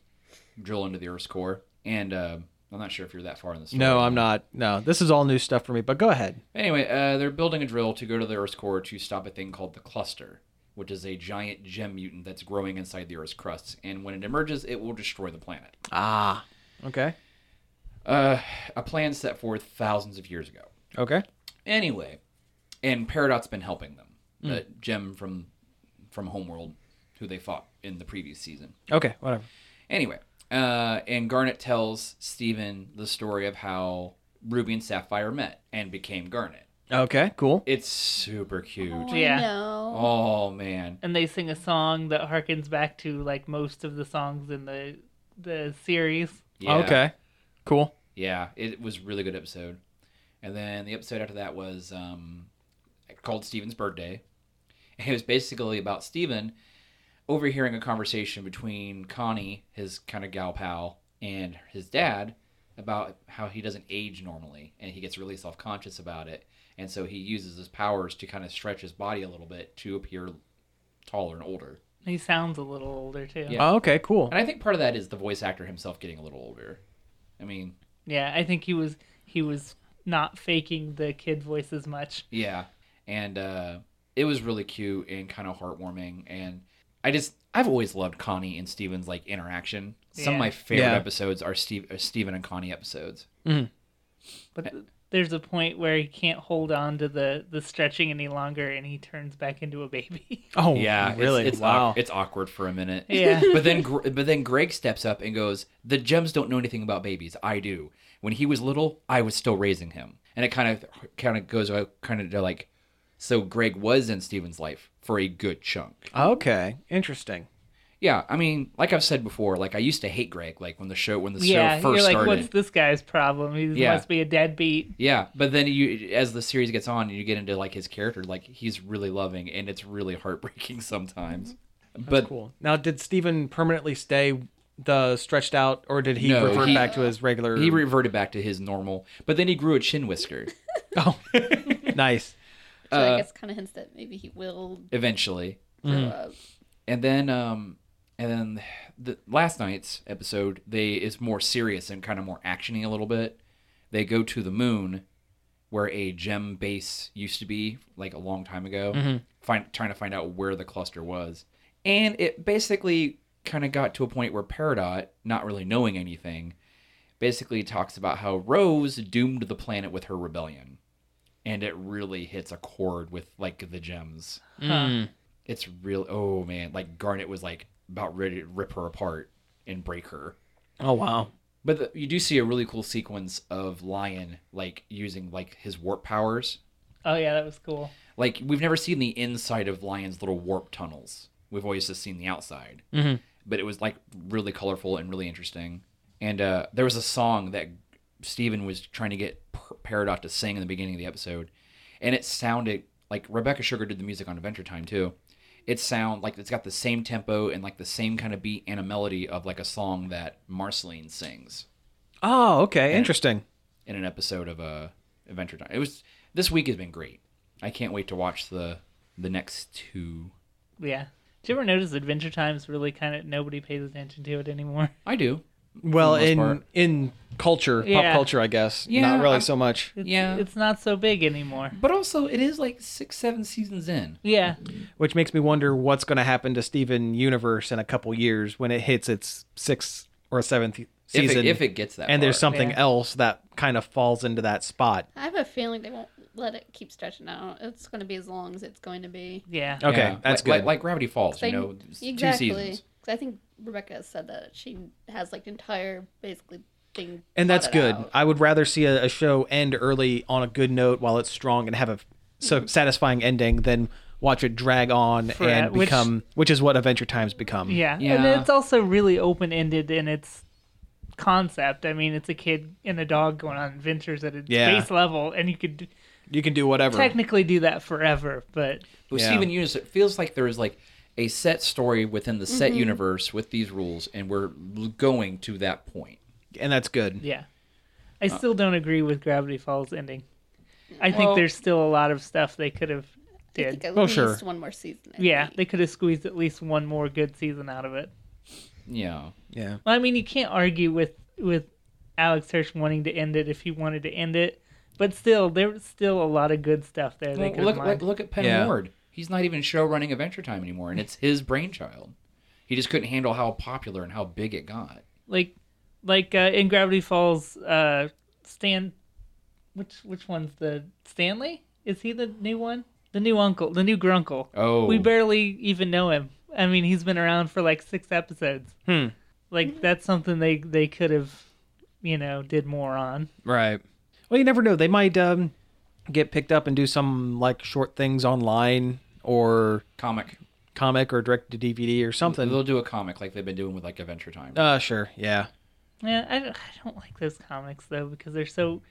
[SPEAKER 3] drill into the Earth's core. And um I'm not sure if you're that far in the story.
[SPEAKER 4] No, I'm not. No, this is all new stuff for me. But go ahead.
[SPEAKER 3] Anyway, uh, they're building a drill to go to the Earth's core to stop a thing called the Cluster, which is a giant gem mutant that's growing inside the Earth's crust. And when it emerges, it will destroy the planet.
[SPEAKER 4] Ah. Okay.
[SPEAKER 3] Uh, a plan set forth thousands of years ago.
[SPEAKER 4] Okay.
[SPEAKER 3] Anyway, and Peridot's been helping them. The gem from from Homeworld, who they fought in the previous season.
[SPEAKER 4] Okay. Whatever.
[SPEAKER 3] Anyway, uh, and Garnet tells Steven the story of how Ruby and Sapphire met and became Garnet.
[SPEAKER 4] Okay. Cool.
[SPEAKER 3] It's super cute.
[SPEAKER 5] Oh,
[SPEAKER 2] Yeah.
[SPEAKER 5] I know.
[SPEAKER 3] Oh man.
[SPEAKER 2] and they sing a song that harkens back to like most of the songs in the the series
[SPEAKER 3] Yeah.
[SPEAKER 4] Okay. Cool.
[SPEAKER 3] Yeah, it was a really good episode. And then the episode after that was um, called Steven's Birthday. And it was basically about Steven overhearing a conversation between Connie, his kind of gal pal, and his dad about how he doesn't age normally and he gets really self conscious about it. And so he uses his powers to kind of stretch his body a little bit to appear taller and older.
[SPEAKER 2] He sounds a little older too.
[SPEAKER 3] Yeah.
[SPEAKER 4] Oh, okay, cool.
[SPEAKER 3] And I think part of that is the voice actor himself getting a little older. I mean,
[SPEAKER 2] Yeah, I think he was he was not faking the kid voice as much.
[SPEAKER 3] yeah. And uh, it was really cute and kind of heartwarming. And I just, I've always loved Connie and Steven's like interaction. Some
[SPEAKER 2] Yeah.
[SPEAKER 3] of my favorite
[SPEAKER 4] Yeah.
[SPEAKER 3] episodes are Steve, are Steven and Connie episodes.
[SPEAKER 2] But th- there's a point where he can't hold on to the the stretching any longer, and he turns back into a baby.
[SPEAKER 4] Oh,
[SPEAKER 3] Yeah, it's-
[SPEAKER 4] really?
[SPEAKER 3] It's, awk-
[SPEAKER 4] wow.
[SPEAKER 3] it's awkward for a minute.
[SPEAKER 2] Yeah.
[SPEAKER 3] but then, Gr- but then Greg steps up and goes, "The gems don't know anything about babies. I do. When he was little, I was still raising him." And it kind of, kind of goes, uh, kind of like, so Greg was in Steven's life for a good chunk.
[SPEAKER 4] okay, interesting.
[SPEAKER 3] Yeah, I mean, like I've said before, like I used to hate Greg, like when the show, when the
[SPEAKER 2] yeah,
[SPEAKER 3] show 1st
[SPEAKER 2] you're like,
[SPEAKER 3] started.
[SPEAKER 2] what's this guy's problem? He
[SPEAKER 3] Yeah.
[SPEAKER 2] must be a deadbeat.
[SPEAKER 3] Yeah, but then you, as the series gets on, you get into like his character, like he's really loving, and it's really heartbreaking sometimes.
[SPEAKER 2] Mm-hmm.
[SPEAKER 3] but
[SPEAKER 4] Cool. Now, did Steven permanently stay the stretched out, or did he
[SPEAKER 3] No,
[SPEAKER 4] revert
[SPEAKER 3] he-
[SPEAKER 4] back to his regular?
[SPEAKER 3] He reverted back to his normal, but then he grew a chin whisker
[SPEAKER 4] oh, nice.
[SPEAKER 5] So I
[SPEAKER 3] Uh,
[SPEAKER 5] guess kind of hints that maybe he will
[SPEAKER 3] eventually.
[SPEAKER 5] grow
[SPEAKER 2] Hmm.
[SPEAKER 5] up.
[SPEAKER 3] And then, um, and then the last night's episode, they is more serious and kind of more actiony a little bit. They go to the moon, where a gem base used to be, like a long time ago. Find trying to find out where the cluster was, and it basically kind of got to a point where Peridot, not really knowing anything, basically talks about how Rose doomed the planet with her rebellion. And it really hits a chord with like the gems. It's real. Oh man, like Garnet was like about ready to rip her apart and break her.
[SPEAKER 4] Oh wow.
[SPEAKER 3] But the, you do see a really cool sequence of Lion like using like his warp powers.
[SPEAKER 2] Oh yeah, that was cool.
[SPEAKER 3] Like we've never seen the inside of Lion's little warp tunnels. We've always just seen the outside. But it was like really colorful and really interesting. And uh, there was a song that Steven was trying to get Per- Peridot to sing in the beginning of the episode, and it sounded like Rebecca Sugar did the music on Adventure Time too. It sound like it's got the same tempo and like the same kind of beat and a melody of like a song that Marceline sings
[SPEAKER 4] Oh, okay, interesting.
[SPEAKER 3] in an episode of uh, Adventure Time. It was this week has been great. I can't wait to watch the the next two.
[SPEAKER 2] Yeah. Did you ever notice Adventure Time's really kind of nobody pays attention to it anymore?
[SPEAKER 3] I do.
[SPEAKER 4] Well,
[SPEAKER 3] most
[SPEAKER 4] in
[SPEAKER 3] part.
[SPEAKER 4] in culture,
[SPEAKER 2] Yeah.
[SPEAKER 4] pop culture, I guess.
[SPEAKER 3] Yeah,
[SPEAKER 4] Not really
[SPEAKER 3] I'm-
[SPEAKER 4] so much.
[SPEAKER 2] It's,
[SPEAKER 3] Yeah.
[SPEAKER 2] It's not so big anymore.
[SPEAKER 3] But also, it is like six, seven seasons in.
[SPEAKER 2] Yeah.
[SPEAKER 4] Which makes me wonder what's going to happen to Steven Universe in a couple years when it hits its sixth or seventh
[SPEAKER 3] If
[SPEAKER 4] season.
[SPEAKER 3] it, if it gets that,
[SPEAKER 4] and there's
[SPEAKER 3] far.
[SPEAKER 4] something
[SPEAKER 2] Yeah.
[SPEAKER 4] else that kind of falls into that spot.
[SPEAKER 5] I have a feeling they won't let it keep stretching out. It's going to be as long as it's going to be.
[SPEAKER 2] Yeah.
[SPEAKER 4] Okay,
[SPEAKER 3] Yeah,
[SPEAKER 4] that's
[SPEAKER 3] like,
[SPEAKER 4] good.
[SPEAKER 3] Like, like Gravity Falls,
[SPEAKER 5] They-
[SPEAKER 3] you know, two
[SPEAKER 5] exactly.
[SPEAKER 3] seasons.
[SPEAKER 5] 'Cause I think Rebecca has said that she has like the entire basically thing.
[SPEAKER 4] and that's good.
[SPEAKER 5] plotted out.
[SPEAKER 4] I would rather see a, a show end early on a good note while it's strong and have a f- so
[SPEAKER 2] Mm-hmm.
[SPEAKER 4] satisfying ending than watch it drag on
[SPEAKER 2] Correct,
[SPEAKER 4] and
[SPEAKER 2] which-
[SPEAKER 4] become which, is what Adventure Time's become.
[SPEAKER 2] Yeah. And
[SPEAKER 3] Yeah.
[SPEAKER 2] it's also really open ended in its concept. I mean, it's a kid and a dog going on adventures at a
[SPEAKER 4] Yeah.
[SPEAKER 2] space level, and you could d-
[SPEAKER 4] You can do whatever.
[SPEAKER 2] technically do that forever, but
[SPEAKER 3] With
[SPEAKER 4] Yeah.
[SPEAKER 3] Steven Universe, it feels like there is like a set story within the set universe with these rules, and we're l- going to that point.
[SPEAKER 4] and that's good.
[SPEAKER 2] yeah. I still don't agree with Gravity Falls ending. I think
[SPEAKER 3] Well-
[SPEAKER 2] there's still a lot of stuff they could have
[SPEAKER 5] I
[SPEAKER 2] did.
[SPEAKER 5] think at
[SPEAKER 4] Oh,
[SPEAKER 5] least
[SPEAKER 4] sure.
[SPEAKER 5] one more season. I
[SPEAKER 2] Yeah,
[SPEAKER 5] think.
[SPEAKER 2] they could have squeezed at least one more good season out of it.
[SPEAKER 3] Yeah.
[SPEAKER 4] Yeah.
[SPEAKER 2] Well, I mean, you can't argue with with Alex Hirsch wanting to end it if he wanted to end it, but still, there's still a lot of good stuff there. they
[SPEAKER 3] Well,
[SPEAKER 2] could
[SPEAKER 3] look,
[SPEAKER 2] have
[SPEAKER 3] look, look at Penn
[SPEAKER 4] Yeah.
[SPEAKER 3] Ward. He's not even show running Adventure Time anymore, and it's his brainchild. He just couldn't handle how popular and how big it got.
[SPEAKER 2] like like uh, in Gravity Falls, uh, Stan. Which which one's the Stanley? Is he the new one? The new uncle, the new grunkle.
[SPEAKER 3] Oh,
[SPEAKER 2] We barely even know him. I mean, he's been around for like six episodes.
[SPEAKER 4] Hmm.
[SPEAKER 2] Like that's something they they could have, you know, did more on.
[SPEAKER 4] Right. Well, you never know. They might um, get picked up and do some like short things online or
[SPEAKER 3] comic.
[SPEAKER 4] comic or direct to DVD or something.
[SPEAKER 2] Mm-hmm.
[SPEAKER 3] They'll do a comic like they've been doing with like Adventure Time.
[SPEAKER 4] Uh, sure. Yeah.
[SPEAKER 2] Yeah, I don't, I don't like those comics though because they're so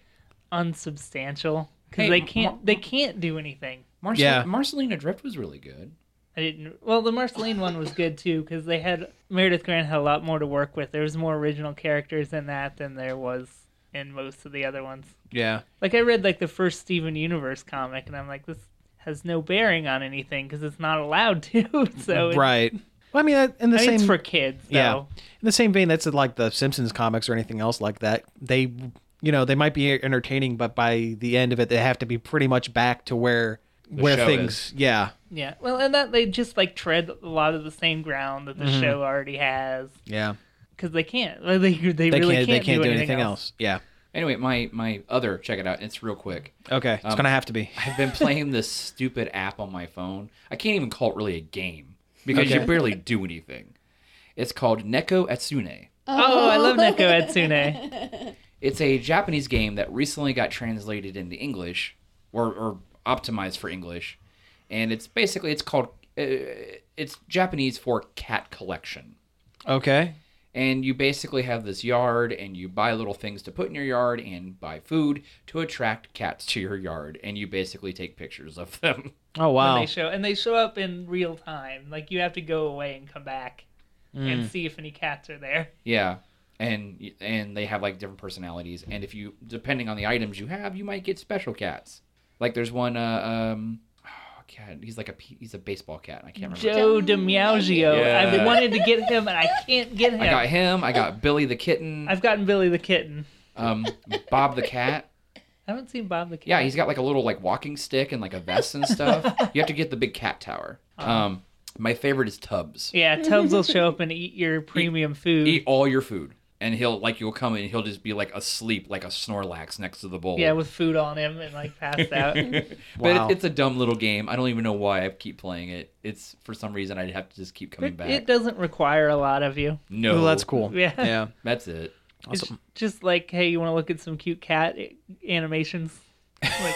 [SPEAKER 2] unsubstantial. Because
[SPEAKER 3] Hey,
[SPEAKER 2] they
[SPEAKER 3] Mar-
[SPEAKER 2] can't they can't do anything.
[SPEAKER 3] Marcel-
[SPEAKER 4] yeah.
[SPEAKER 3] Marcelina Drift was really good.
[SPEAKER 2] I didn't. Well, the Marceline one was good too because they had Meredith Grant had a lot more to work with. There was more original characters in that than there was in most of the other ones.
[SPEAKER 4] Yeah.
[SPEAKER 2] Like I read like the first Steven Universe comic and I'm like this has no bearing on anything because it's not allowed to. so Oh, it-
[SPEAKER 4] Mm-hmm. Right. Well, I mean, uh, in the
[SPEAKER 2] I mean,
[SPEAKER 4] same
[SPEAKER 2] it's for kids, though.
[SPEAKER 4] yeah, in the same vein, that's like the Simpsons comics or anything else like that. They, you know, they might be entertaining, but by the end of it, they have to be pretty much back to where where
[SPEAKER 3] show
[SPEAKER 4] things. Yeah,
[SPEAKER 2] Yeah. Well, and that they just like tread a lot of the same ground that the
[SPEAKER 4] Mm-hmm.
[SPEAKER 2] show already has
[SPEAKER 4] yeah.
[SPEAKER 2] because they can't. Like, They, they,
[SPEAKER 4] They
[SPEAKER 2] really
[SPEAKER 4] can't.
[SPEAKER 2] can't,
[SPEAKER 4] They can't do,
[SPEAKER 2] anything, else.
[SPEAKER 4] Yeah.
[SPEAKER 3] Anyway, my my other check it out. It's real quick.
[SPEAKER 4] Okay. It's
[SPEAKER 3] Um,
[SPEAKER 4] gonna have to be.
[SPEAKER 3] I've been playing this stupid app on my phone. I can't even call it really a game because you
[SPEAKER 4] Okay.
[SPEAKER 3] barely do anything. It's called Neko Atsune.
[SPEAKER 2] Oh, I love Neko Etsune.
[SPEAKER 3] It's a Japanese game that recently got translated into English or, or optimized for English, and it's basically it's called uh, it's Japanese for cat collection.
[SPEAKER 4] Okay.
[SPEAKER 3] and you basically have this yard and you buy little things to put in your yard and buy food to attract cats to your yard and you basically take pictures of them
[SPEAKER 4] Oh
[SPEAKER 2] When
[SPEAKER 4] wow.
[SPEAKER 2] they show and they show up in real time. Like you have to go away and come back and see if any cats are there.
[SPEAKER 3] yeah and and they have like different personalities and if you depending on the items you have you might get special cats like there's one uh um oh, cat he's like a pe- he's a baseball cat i can't remember
[SPEAKER 2] Joe DiMaggio.
[SPEAKER 3] Yeah.
[SPEAKER 2] I've wanted to get him and I can't get him.
[SPEAKER 3] i got him i got billy the kitten
[SPEAKER 2] I've gotten Billy the kitten.
[SPEAKER 3] um bob the cat
[SPEAKER 2] I haven't seen Bob the kitten.
[SPEAKER 3] Yeah, he's got like a little like walking stick and like a vest and stuff. you have to get the big cat tower. Um, my favorite is Tubbs.
[SPEAKER 2] Yeah, Tubbs will show up and eat your premium food.
[SPEAKER 3] Eat all your food, and he'll like you'll come and he'll just be like asleep, like a Snorlax next to the bowl.
[SPEAKER 2] Yeah, with food on him and like passed out.
[SPEAKER 3] but
[SPEAKER 4] Wow.
[SPEAKER 3] it, it's a dumb little game. I don't even know why I keep playing it. It's for some reason I'd have to just keep coming
[SPEAKER 2] it,
[SPEAKER 3] back.
[SPEAKER 2] it doesn't require a lot of you.
[SPEAKER 3] no,
[SPEAKER 4] Well, that's cool.
[SPEAKER 2] Yeah.
[SPEAKER 4] Yeah.
[SPEAKER 3] That's it.
[SPEAKER 2] It's just like, hey, you want to look at some cute cat i- animations? Like,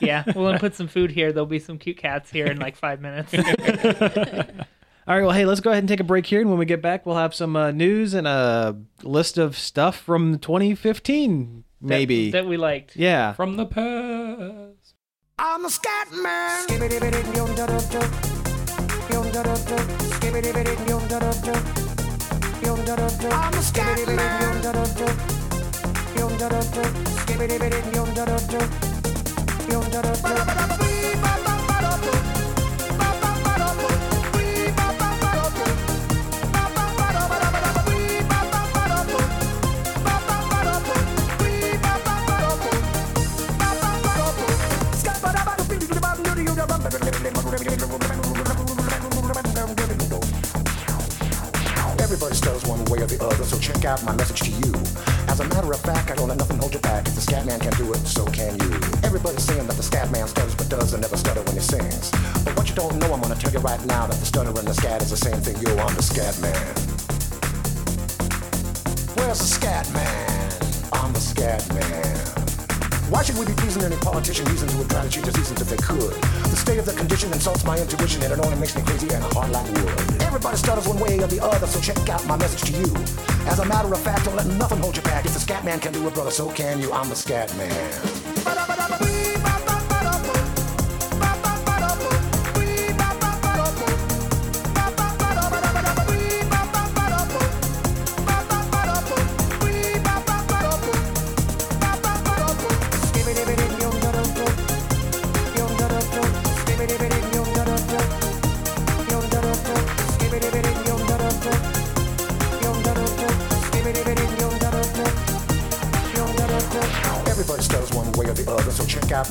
[SPEAKER 2] yeah, we'll then put some food here. There'll be some cute cats here in like five minutes.
[SPEAKER 4] All right. Well, hey, let's go ahead and take a break here, and when we get back, we'll have some uh, news and a list of stuff from 2015, maybe.
[SPEAKER 2] that we liked.
[SPEAKER 4] yeah.
[SPEAKER 3] From the past.
[SPEAKER 6] I'm a scat man. I'm a scat man.
[SPEAKER 7] Everybody stutters one way or the other, so check out my message to you. As a matter of fact, I don't let nothing hold you back. If the scat man can do it, so can you. Everybody's saying that the scat man stutters but does and never stutter when he sings. But what you don't know, I'm gonna tell you right now that the stutter and the scat is the same thing. Yo, I'm the scat man. Where's the scat man? I'm the scat man. Why should we be pleasing any politician reasons who would try to change the seasons if they could? The state of the condition insults my intuition and it only makes me crazy and hard like wood. Everybody stutters one way or the other, so check out my message to you. As a matter of fact, don't let nothing hold you back. If the scat man can do it, brother, so can you. I'm the scat man. Everybody stutters one way or the other, so check out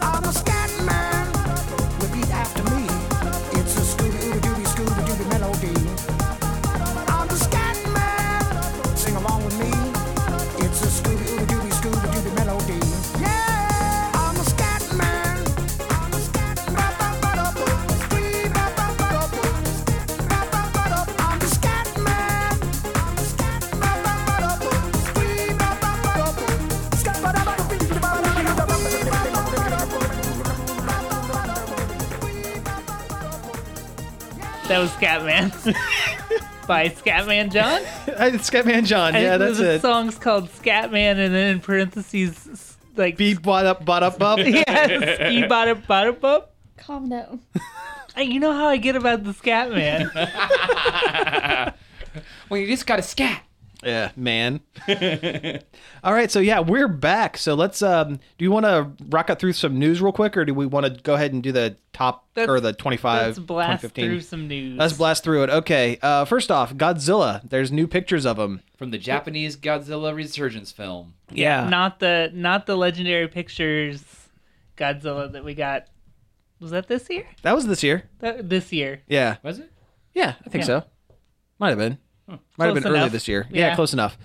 [SPEAKER 7] I'm a scat man. Repeat after me. It's a Scooby Dooby Dooby Scooby Dooby melody. I'm the scat man.
[SPEAKER 2] that was Scatman by Scatman John.
[SPEAKER 4] It's Scatman John.
[SPEAKER 2] I
[SPEAKER 4] Yeah,
[SPEAKER 2] think
[SPEAKER 4] that's
[SPEAKER 2] the
[SPEAKER 4] it.
[SPEAKER 2] song's called Scatman, and then in parentheses, s- like
[SPEAKER 4] Beat bought up, bought up, up.
[SPEAKER 2] yeah, ski bada bada bop.
[SPEAKER 5] Calm down.
[SPEAKER 2] Hey, You know how I get about the Scatman.
[SPEAKER 3] Well, you just got to scat.
[SPEAKER 4] Yeah, man. All right, so yeah, we're back. So let's. um Do you want to rocket through some news real quick, or do we want to go ahead and do the top
[SPEAKER 2] That's-
[SPEAKER 4] or the twenty five?
[SPEAKER 2] Let's blast through some news.
[SPEAKER 4] Let's blast through it. Okay. Uh, first off, Godzilla. There's new pictures of him.
[SPEAKER 3] From the Japanese Godzilla Resurgence film.
[SPEAKER 4] Yeah.
[SPEAKER 2] not the not the legendary pictures Godzilla that we got. Was that this year?
[SPEAKER 4] That was this year.
[SPEAKER 2] That, this year.
[SPEAKER 4] Yeah.
[SPEAKER 3] Was it?
[SPEAKER 4] Yeah, I think
[SPEAKER 2] Yeah.
[SPEAKER 4] so. Might have been. Might have
[SPEAKER 2] Close
[SPEAKER 4] been early
[SPEAKER 2] enough.
[SPEAKER 4] this year. Yeah.
[SPEAKER 2] Yeah.
[SPEAKER 4] close enough.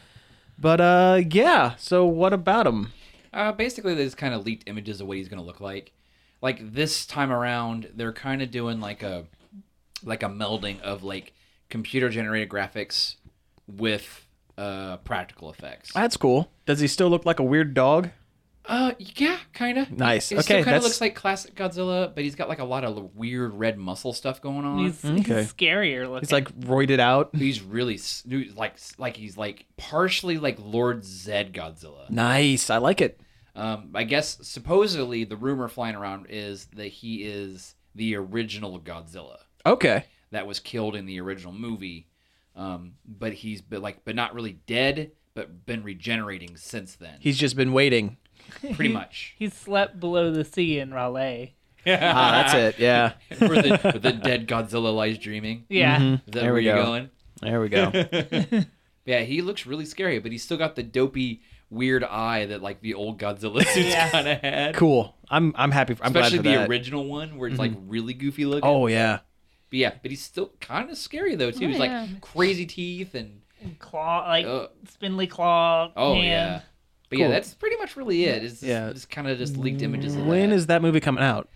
[SPEAKER 4] But uh, yeah. So what about him?
[SPEAKER 3] Uh, basically, they just kind of leaked images of what he's going to look like. Like this time around, they're kind of doing like a like a melding of like computer generated graphics with uh, practical effects.
[SPEAKER 4] That's cool. Does he still look like a weird dog?
[SPEAKER 3] Uh, yeah, kind of.
[SPEAKER 4] Nice.
[SPEAKER 3] It
[SPEAKER 4] Okay,
[SPEAKER 3] still kind
[SPEAKER 4] that's-
[SPEAKER 3] of looks like classic Godzilla, but he's got like a lot of weird red muscle stuff going on.
[SPEAKER 2] He's,
[SPEAKER 4] Mm-hmm. Okay.
[SPEAKER 2] he's scarier looking.
[SPEAKER 4] He's like roided out.
[SPEAKER 3] He's really snoo- like like he's like partially like Lord Zed Godzilla.
[SPEAKER 4] Nice. I like it.
[SPEAKER 3] Um, I guess supposedly the rumor flying around is that he is the original Godzilla
[SPEAKER 4] Okay.
[SPEAKER 3] that was killed in the original movie, um, but he's been like but not really dead, but been regenerating since then.
[SPEAKER 4] He's just been waiting.
[SPEAKER 3] pretty much
[SPEAKER 2] he slept below the sea in Raleigh.
[SPEAKER 4] Ah, that's it. Yeah. Mm-hmm.
[SPEAKER 3] for the, the dead Godzilla lies dreaming.
[SPEAKER 2] Yeah.
[SPEAKER 3] Is that
[SPEAKER 4] There
[SPEAKER 3] where
[SPEAKER 4] we
[SPEAKER 3] you're
[SPEAKER 4] go.
[SPEAKER 3] going?
[SPEAKER 4] There we go.
[SPEAKER 3] Yeah, he looks really scary, but he's still got the dopey, weird eye that like the old Godzilla suits
[SPEAKER 2] Yeah.
[SPEAKER 3] kind of had.
[SPEAKER 4] cool. I'm I'm happy. For, I'm glad
[SPEAKER 3] Especially
[SPEAKER 4] for
[SPEAKER 3] the
[SPEAKER 4] that. Mm-hmm.
[SPEAKER 3] original one where it's like really goofy looking.
[SPEAKER 4] Oh yeah.
[SPEAKER 3] But yeah, but he's still kind of scary though too.
[SPEAKER 5] Oh,
[SPEAKER 3] he's
[SPEAKER 5] yeah.
[SPEAKER 3] like crazy teeth and
[SPEAKER 2] And claw like
[SPEAKER 3] Ugh.
[SPEAKER 2] spindly claw.
[SPEAKER 3] oh
[SPEAKER 2] hand.
[SPEAKER 3] yeah. But yeah,
[SPEAKER 4] Cool.
[SPEAKER 3] that's pretty much really it. It's
[SPEAKER 4] Yeah.
[SPEAKER 3] just, just kind of just leaked images. Of
[SPEAKER 4] When
[SPEAKER 3] that.
[SPEAKER 4] is that movie coming out?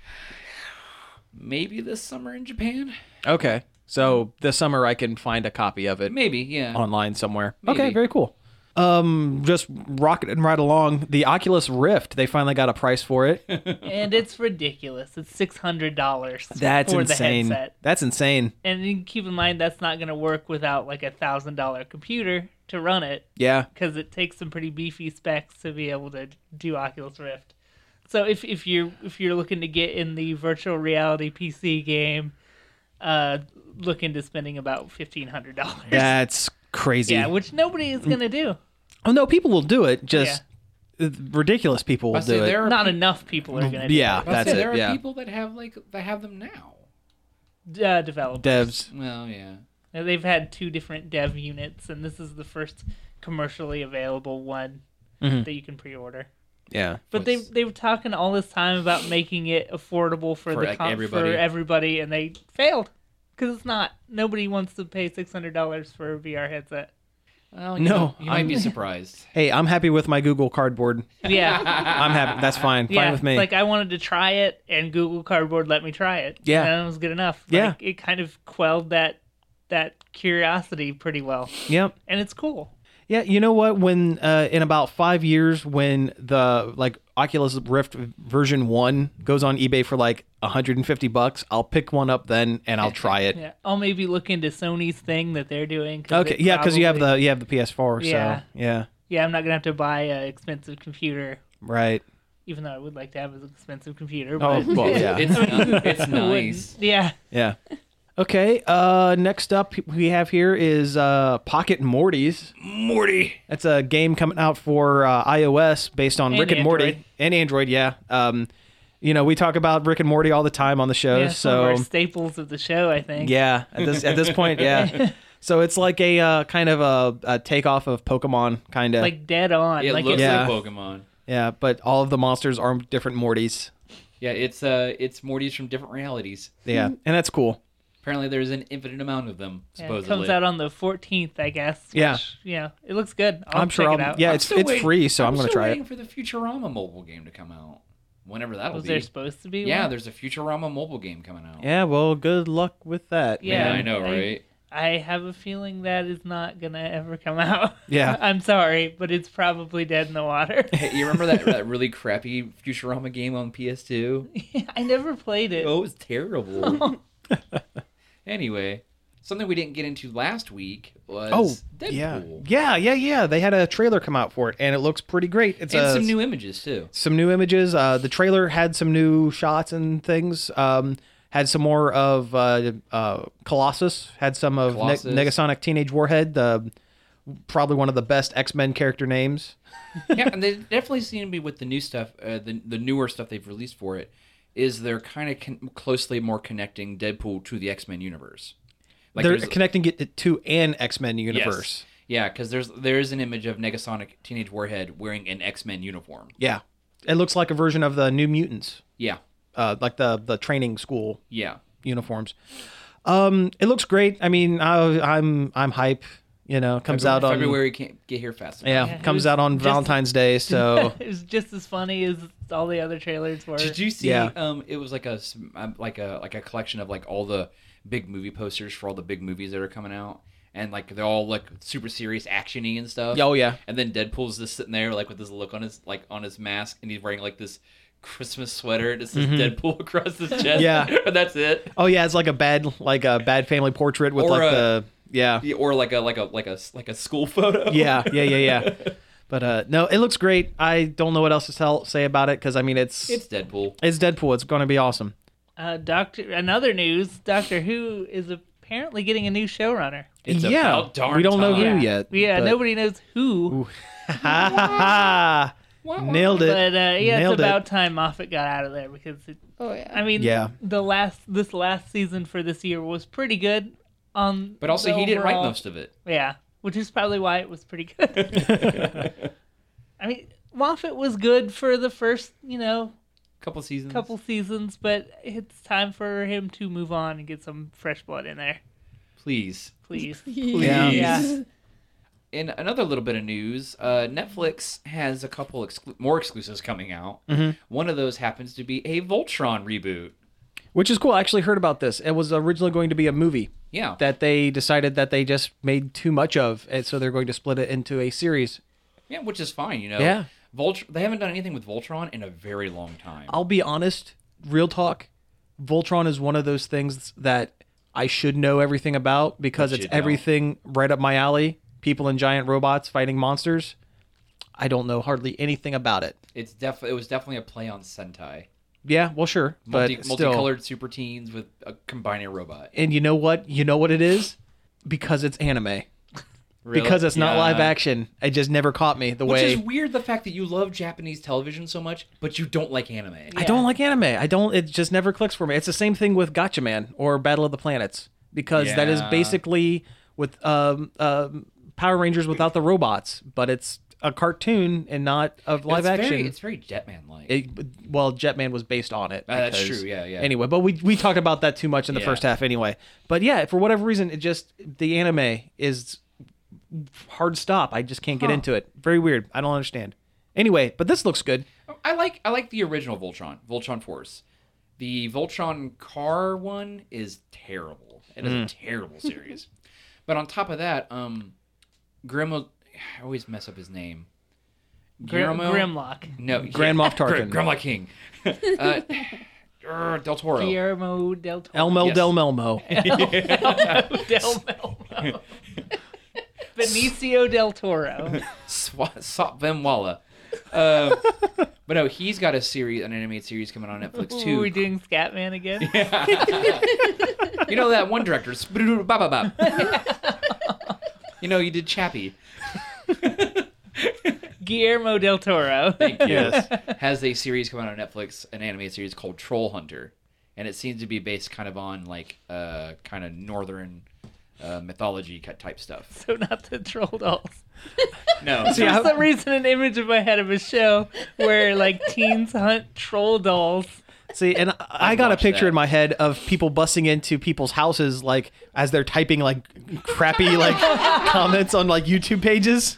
[SPEAKER 3] maybe this summer in Japan?
[SPEAKER 4] Okay. So this summer I can find a copy of it
[SPEAKER 3] Maybe yeah.
[SPEAKER 4] online somewhere. Okay,
[SPEAKER 3] Maybe.
[SPEAKER 4] very cool. Um, just rocketing right along. The Oculus Rift, they finally got a price for it.
[SPEAKER 2] And it's ridiculous. It's six hundred dollars.
[SPEAKER 4] That's
[SPEAKER 2] for
[SPEAKER 4] insane.
[SPEAKER 2] The headset.
[SPEAKER 4] That's insane.
[SPEAKER 2] And then keep in mind that's not gonna work without like a thousand dollar computer to run it.
[SPEAKER 4] Yeah.
[SPEAKER 2] because it takes some pretty beefy specs to be able to do Oculus Rift. So if, if you're if you're looking to get in the virtual reality PC game, uh, look into spending about fifteen hundred dollars.
[SPEAKER 4] That's crazy.
[SPEAKER 2] Yeah, which nobody is gonna do.
[SPEAKER 4] oh no, people will do it. Just ridiculous people will
[SPEAKER 3] I say
[SPEAKER 4] do it.
[SPEAKER 3] there are
[SPEAKER 2] Not enough people are gonna.
[SPEAKER 4] Yeah,
[SPEAKER 3] I say
[SPEAKER 4] that's it.
[SPEAKER 3] there are
[SPEAKER 4] yeah.
[SPEAKER 3] people that have like that have them now.
[SPEAKER 2] do it. uh, develop.
[SPEAKER 4] Devs.
[SPEAKER 3] Well, yeah.
[SPEAKER 2] Now, They've had two different dev units, and this is the first commercially available one that you can pre-order.
[SPEAKER 4] Yeah.
[SPEAKER 2] But they
[SPEAKER 3] Was-
[SPEAKER 2] they were talking all this time about making it affordable for,
[SPEAKER 3] For,
[SPEAKER 2] the
[SPEAKER 4] e-,
[SPEAKER 3] like,
[SPEAKER 2] com-
[SPEAKER 3] everybody.
[SPEAKER 2] for everybody, and they failed because it's not. Nobody wants to pay six hundred dollars for a VR headset.
[SPEAKER 3] Well,
[SPEAKER 4] No,
[SPEAKER 3] no, you might
[SPEAKER 4] I'm-
[SPEAKER 3] be surprised.
[SPEAKER 4] Hey, I'm happy with my Google Cardboard.
[SPEAKER 2] Yeah,
[SPEAKER 4] I'm happy. That's fine. Fine
[SPEAKER 2] yeah.
[SPEAKER 4] with me.
[SPEAKER 2] it's Like I wanted to try it, and Google Cardboard let me try it.
[SPEAKER 4] Yeah.
[SPEAKER 2] and that was good enough.
[SPEAKER 4] Yeah.
[SPEAKER 2] Like, it kind of quelled that that curiosity pretty well,
[SPEAKER 4] yep.
[SPEAKER 2] and it's cool.
[SPEAKER 4] Yeah, you know what? When uh, in about five years, when the like Oculus Rift version one goes on eBay for like 150 bucks, I'll pick one up then and I'll try it.
[SPEAKER 2] Yeah, I'll maybe look into Sony's thing that they're doing.
[SPEAKER 4] Okay,
[SPEAKER 2] it
[SPEAKER 4] yeah, because you have
[SPEAKER 2] probably-
[SPEAKER 4] the you have the PS4,
[SPEAKER 2] Yeah.
[SPEAKER 4] so yeah,
[SPEAKER 2] yeah. I'm not gonna have to buy an expensive computer,
[SPEAKER 4] right.
[SPEAKER 2] even though I would like to have an expensive computer.
[SPEAKER 4] Oh
[SPEAKER 2] but-
[SPEAKER 4] well, yeah,
[SPEAKER 3] It's it's nice.
[SPEAKER 2] Yeah.
[SPEAKER 4] yeah. Okay. Uh, next up we have here is uh, Pocket Morty's.
[SPEAKER 3] Morty.
[SPEAKER 4] That's a game coming out for uh, iOS based on
[SPEAKER 2] And
[SPEAKER 4] Rick and Morty
[SPEAKER 2] Android.
[SPEAKER 4] and Android. Yeah. Um, you know we talk about Rick and Morty all the time on the show,
[SPEAKER 2] yeah some of
[SPEAKER 4] so
[SPEAKER 2] our staples of the show, I think.
[SPEAKER 4] Yeah, at this at this point, yeah. So it's like a uh, kind of a, a takeoff of Pokemon, kind of.
[SPEAKER 2] Like dead on.
[SPEAKER 3] It
[SPEAKER 2] like
[SPEAKER 3] looks
[SPEAKER 2] it's,
[SPEAKER 4] Yeah.
[SPEAKER 3] like Pokemon.
[SPEAKER 4] yeah, but all of the monsters are different Mortys.
[SPEAKER 3] Yeah, it's uh, it's Morty's from different realities.
[SPEAKER 4] Yeah,
[SPEAKER 2] Hmm.
[SPEAKER 4] and that's cool.
[SPEAKER 3] Apparently, there's an infinite amount of them.
[SPEAKER 2] yeah,
[SPEAKER 3] Supposedly,
[SPEAKER 2] it comes out on the 14th, I guess.
[SPEAKER 4] Yeah.
[SPEAKER 2] which, yeah. It looks good. I'll
[SPEAKER 4] I'm sure
[SPEAKER 2] check
[SPEAKER 4] I'll.
[SPEAKER 2] it out.
[SPEAKER 4] Yeah,
[SPEAKER 3] I'm
[SPEAKER 4] it's
[SPEAKER 3] still
[SPEAKER 4] it's
[SPEAKER 3] wait-
[SPEAKER 4] free, so I'm,
[SPEAKER 3] I'm
[SPEAKER 4] gonna
[SPEAKER 3] still
[SPEAKER 4] try
[SPEAKER 3] waiting
[SPEAKER 4] it.
[SPEAKER 3] for the Futurama mobile game to come out. Whenever that'll
[SPEAKER 2] Was
[SPEAKER 3] be.
[SPEAKER 2] there supposed to be
[SPEAKER 3] yeah,
[SPEAKER 2] one?
[SPEAKER 3] there's a Futurama mobile game coming out.
[SPEAKER 4] Yeah, well, good luck with that.
[SPEAKER 2] Yeah.
[SPEAKER 3] Man,
[SPEAKER 4] man.
[SPEAKER 3] I know,
[SPEAKER 2] I-
[SPEAKER 3] right?
[SPEAKER 2] I have a feeling that is not going to ever come out.
[SPEAKER 4] Yeah.
[SPEAKER 2] I'm sorry, but it's probably dead in the water.
[SPEAKER 3] Hey, you remember that, that really crappy Futurama game on PS2?
[SPEAKER 2] I never played it.
[SPEAKER 3] Oh, it was terrible. anyway, Something we didn't get into last week was
[SPEAKER 4] Oh,
[SPEAKER 3] Deadpool.
[SPEAKER 4] yeah, yeah, yeah, yeah. They had a trailer come out for it, and it looks pretty great. It's
[SPEAKER 3] And
[SPEAKER 4] a,
[SPEAKER 3] some new images too.
[SPEAKER 4] some new images. Uh, the trailer had some new shots and things. Um, had some more of uh, uh, Colossus. Had some of ne-
[SPEAKER 3] Colossus.
[SPEAKER 4] Negasonic Teenage Warhead. The probably one of the best X Men character names.
[SPEAKER 3] yeah, and they definitely seem to be with the new stuff, uh, the the newer stuff they've released for it, is they're kind of con- closely more connecting Deadpool to the X Men universe. Like
[SPEAKER 4] They're
[SPEAKER 3] there's-
[SPEAKER 4] connecting it to an X Men
[SPEAKER 3] yes.
[SPEAKER 4] universe.
[SPEAKER 3] Yeah, because there's there is an image of Negasonic Teenage Warhead wearing an X Men uniform.
[SPEAKER 4] Yeah, it looks like a version of the New Mutants,
[SPEAKER 3] Yeah,
[SPEAKER 4] uh, like the the training school
[SPEAKER 3] yeah.
[SPEAKER 4] uniforms. Um, it looks great. I mean, I, I'm I'm hype. You know, comes out on
[SPEAKER 3] February can't get here fast enough.
[SPEAKER 4] Yeah,
[SPEAKER 2] Yeah, it
[SPEAKER 4] comes
[SPEAKER 2] was
[SPEAKER 4] out on
[SPEAKER 2] just-
[SPEAKER 4] Valentine's Day. So
[SPEAKER 2] it was just as funny as all the other trailers were.
[SPEAKER 3] Did you see?
[SPEAKER 4] Yeah.
[SPEAKER 3] Um, it was like a s- um, like a like a collection of like all the big movie posters for all the big movies that are coming out, and like they're all like super serious actiony and stuff.
[SPEAKER 4] Oh, yeah.
[SPEAKER 3] And then Deadpool's just sitting there like with this look on his like on his mask, and he's wearing like this Christmas sweater. and It says Deadpool across his chest.
[SPEAKER 4] Mm-hmm. Yeah.
[SPEAKER 3] and that's it.
[SPEAKER 4] Oh yeah, it's like a bad like a bad family portrait with
[SPEAKER 3] Or
[SPEAKER 4] like
[SPEAKER 3] a-
[SPEAKER 4] the yeah.
[SPEAKER 3] Yeah, Or like a like a like a like a school photo.
[SPEAKER 4] Yeah, yeah, yeah, yeah. But uh no, it looks great. I don't know what else to tell say about it cuz I mean it's
[SPEAKER 3] It's
[SPEAKER 4] it's,
[SPEAKER 3] Deadpool.
[SPEAKER 4] Deadpool. It's going to be awesome.
[SPEAKER 2] Uh, Doctor, another news: Doctor Who is apparently getting a new showrunner.
[SPEAKER 3] It's
[SPEAKER 4] yeah.
[SPEAKER 3] about darn
[SPEAKER 4] we don't know
[SPEAKER 3] time.
[SPEAKER 4] who yet.
[SPEAKER 2] Yeah,
[SPEAKER 4] but-
[SPEAKER 2] nobody knows who,
[SPEAKER 4] Ha, ha, ha. Nailed it.
[SPEAKER 2] but uh, yeah,
[SPEAKER 4] Nailed
[SPEAKER 2] it's
[SPEAKER 4] it.
[SPEAKER 2] about time Moffat got out of there because it,
[SPEAKER 5] Oh yeah.
[SPEAKER 2] I mean,
[SPEAKER 4] Yeah.
[SPEAKER 2] the last this last season for this year was pretty good. On
[SPEAKER 3] But also,
[SPEAKER 2] the
[SPEAKER 3] he didn't write
[SPEAKER 2] overall-
[SPEAKER 3] most of it.
[SPEAKER 2] Yeah, which is probably why it was pretty good. I mean, Moffat was good for the first, you know,
[SPEAKER 3] Couple seasons.
[SPEAKER 2] couple seasons, but it's time for him to move on and get some fresh blood in there,
[SPEAKER 3] Please.
[SPEAKER 2] please.
[SPEAKER 4] Yeah.
[SPEAKER 2] Yeah.
[SPEAKER 3] in another little bit of news, uh, Netflix has a couple exclu- more exclusives coming out.
[SPEAKER 4] Mm-hmm.
[SPEAKER 3] One of those happens to be a Voltron reboot.
[SPEAKER 4] Which is cool. I actually heard about this. It was originally going to be a movie
[SPEAKER 3] Yeah,
[SPEAKER 4] that they decided that they just made too much of, and so they're going to split it into a series.
[SPEAKER 3] yeah, which is fine, you know.
[SPEAKER 4] Yeah.
[SPEAKER 3] Voltr- they haven't done anything with Voltron in a very long time.
[SPEAKER 4] I'll be honest, real talk. Voltron is one of those things that I should know everything about because
[SPEAKER 3] But
[SPEAKER 4] it's
[SPEAKER 3] you don't.
[SPEAKER 4] everything right up my alley. People and giant robots fighting monsters. I don't know hardly anything about it.
[SPEAKER 3] It's def- it was definitely a play on Sentai,
[SPEAKER 4] Yeah, well, sure,
[SPEAKER 3] Multi-
[SPEAKER 4] but still.
[SPEAKER 3] multicolored super teens with a combining robot.
[SPEAKER 4] And you know what? You know what it is because it's anime.
[SPEAKER 3] Really?
[SPEAKER 4] Because it's not
[SPEAKER 3] Yeah.
[SPEAKER 4] live action. It just never caught me the
[SPEAKER 3] Which
[SPEAKER 4] way.
[SPEAKER 3] is weird, the fact that you love Japanese television so much, but you don't like anime.
[SPEAKER 4] I don't like anime. I don't. It just never clicks for me. It's the same thing with Gatchaman or Battle of the Planets because that is
[SPEAKER 3] Yeah.
[SPEAKER 4] basically with um, um, Power Rangers without the robots, but it's a cartoon and not of live
[SPEAKER 3] it's
[SPEAKER 4] action.
[SPEAKER 3] Very, it's very Jetman like.
[SPEAKER 4] It- well, Jetman was based on it.
[SPEAKER 3] Uh, that's
[SPEAKER 4] because-
[SPEAKER 3] true, yeah, yeah.
[SPEAKER 4] Anyway, but we we talked about that too much in the
[SPEAKER 3] Yeah.
[SPEAKER 4] first half anyway. But yeah, for whatever reason, it just the anime is hard stop. I just can't get into it. Very weird. I don't understand. Anyway, but this looks good.
[SPEAKER 3] I like I like the original Voltron, Voltron Force. The Voltron car one is terrible. It
[SPEAKER 4] Hmm.
[SPEAKER 3] is a terrible series. but on top of that, um Grimo I always mess up his name.
[SPEAKER 2] Grim-
[SPEAKER 3] Guillermo-
[SPEAKER 2] Grimlock.
[SPEAKER 3] No,
[SPEAKER 4] Mm, Grand Moff
[SPEAKER 3] Gr-
[SPEAKER 4] Tarkin.
[SPEAKER 3] Grandma King. uh, er, Del Toro.
[SPEAKER 2] Guillermo del Toro.
[SPEAKER 4] Elmo
[SPEAKER 3] Yes.
[SPEAKER 4] Del Melmo.
[SPEAKER 2] del Melmo. Benicio del Toro.
[SPEAKER 3] Swa- Sop Vemwala. Uh, but no, he's got a series, an animated series coming on Netflix
[SPEAKER 2] Ooh,
[SPEAKER 3] too.
[SPEAKER 2] we doing Scatman again?
[SPEAKER 3] You know that one director, Spoo-doo-doo-bop-bop-bop. You know, you did Chappie.
[SPEAKER 2] Guillermo del Toro.
[SPEAKER 3] Thank you. Has a series coming out on Netflix, an animated series called Troll Hunter, and it seems to be based kind of on like uh, kind of northern uh, mythology ki- type stuff.
[SPEAKER 2] so not the troll dolls.
[SPEAKER 3] No,
[SPEAKER 4] See,
[SPEAKER 2] For
[SPEAKER 4] I,
[SPEAKER 2] some reason, an image in my head of a show where like teens hunt troll dolls.
[SPEAKER 4] see, and I, I got a
[SPEAKER 3] watched
[SPEAKER 4] picture
[SPEAKER 3] that.
[SPEAKER 4] in my head of people busting into people's houses, like as they're typing like crappy like comments on like YouTube pages.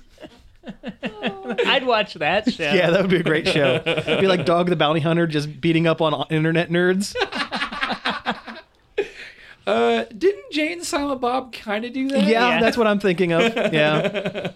[SPEAKER 2] I'd watch that show.
[SPEAKER 4] Yeah, that would be a great show. It'd be like Dog the Bounty Hunter just beating up on internet nerds.
[SPEAKER 3] uh, didn't Jane Silent Bob kind of do that?
[SPEAKER 4] Yeah,
[SPEAKER 2] Yeah.
[SPEAKER 4] that's what I'm thinking of. Yeah,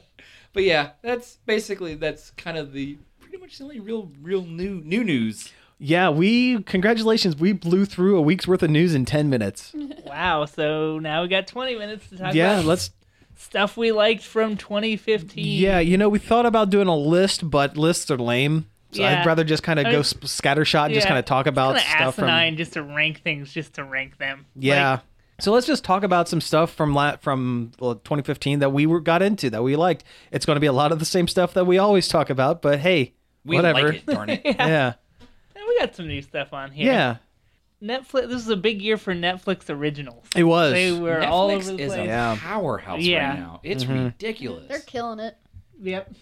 [SPEAKER 3] but yeah, that's basically that's kind of the pretty much the only real real new new news.
[SPEAKER 4] yeah. We congratulations, we blew through a week's worth of news in ten minutes.
[SPEAKER 2] wow. Wow. So now we got 20 minutes to talk
[SPEAKER 4] yeah,
[SPEAKER 2] about
[SPEAKER 4] let's.
[SPEAKER 2] stuff we liked from 2015.
[SPEAKER 4] Yeah, you know, we thought about doing a list, but lists are lame. So
[SPEAKER 2] Yeah.
[SPEAKER 4] I'd rather just kind of
[SPEAKER 2] I
[SPEAKER 4] go
[SPEAKER 2] mean-
[SPEAKER 4] sp- scattershot and just
[SPEAKER 2] Yeah.
[SPEAKER 4] kind of talk about
[SPEAKER 2] Kind of
[SPEAKER 4] stuff
[SPEAKER 2] asinine
[SPEAKER 4] from.
[SPEAKER 2] just to rank things, just to rank them.
[SPEAKER 4] Yeah.
[SPEAKER 2] Like,
[SPEAKER 4] so let's just talk about some stuff from la- from well, 2015 that we were got into that we liked. It's going to be a lot of the same stuff that we always talk about, but hey,
[SPEAKER 3] We
[SPEAKER 4] whatever.
[SPEAKER 3] like it, darn it.
[SPEAKER 4] Yeah.
[SPEAKER 2] and we got some new stuff on here.
[SPEAKER 4] yeah,
[SPEAKER 2] Netflix. This is a big year for Netflix originals.
[SPEAKER 4] it was.
[SPEAKER 2] They were
[SPEAKER 3] Netflix
[SPEAKER 2] all over the
[SPEAKER 3] is
[SPEAKER 2] place.
[SPEAKER 3] a
[SPEAKER 4] Yeah. Mm-hmm.
[SPEAKER 3] powerhouse
[SPEAKER 2] Yeah.
[SPEAKER 3] right now. It's ridiculous.
[SPEAKER 5] They're killing it.
[SPEAKER 2] Yep.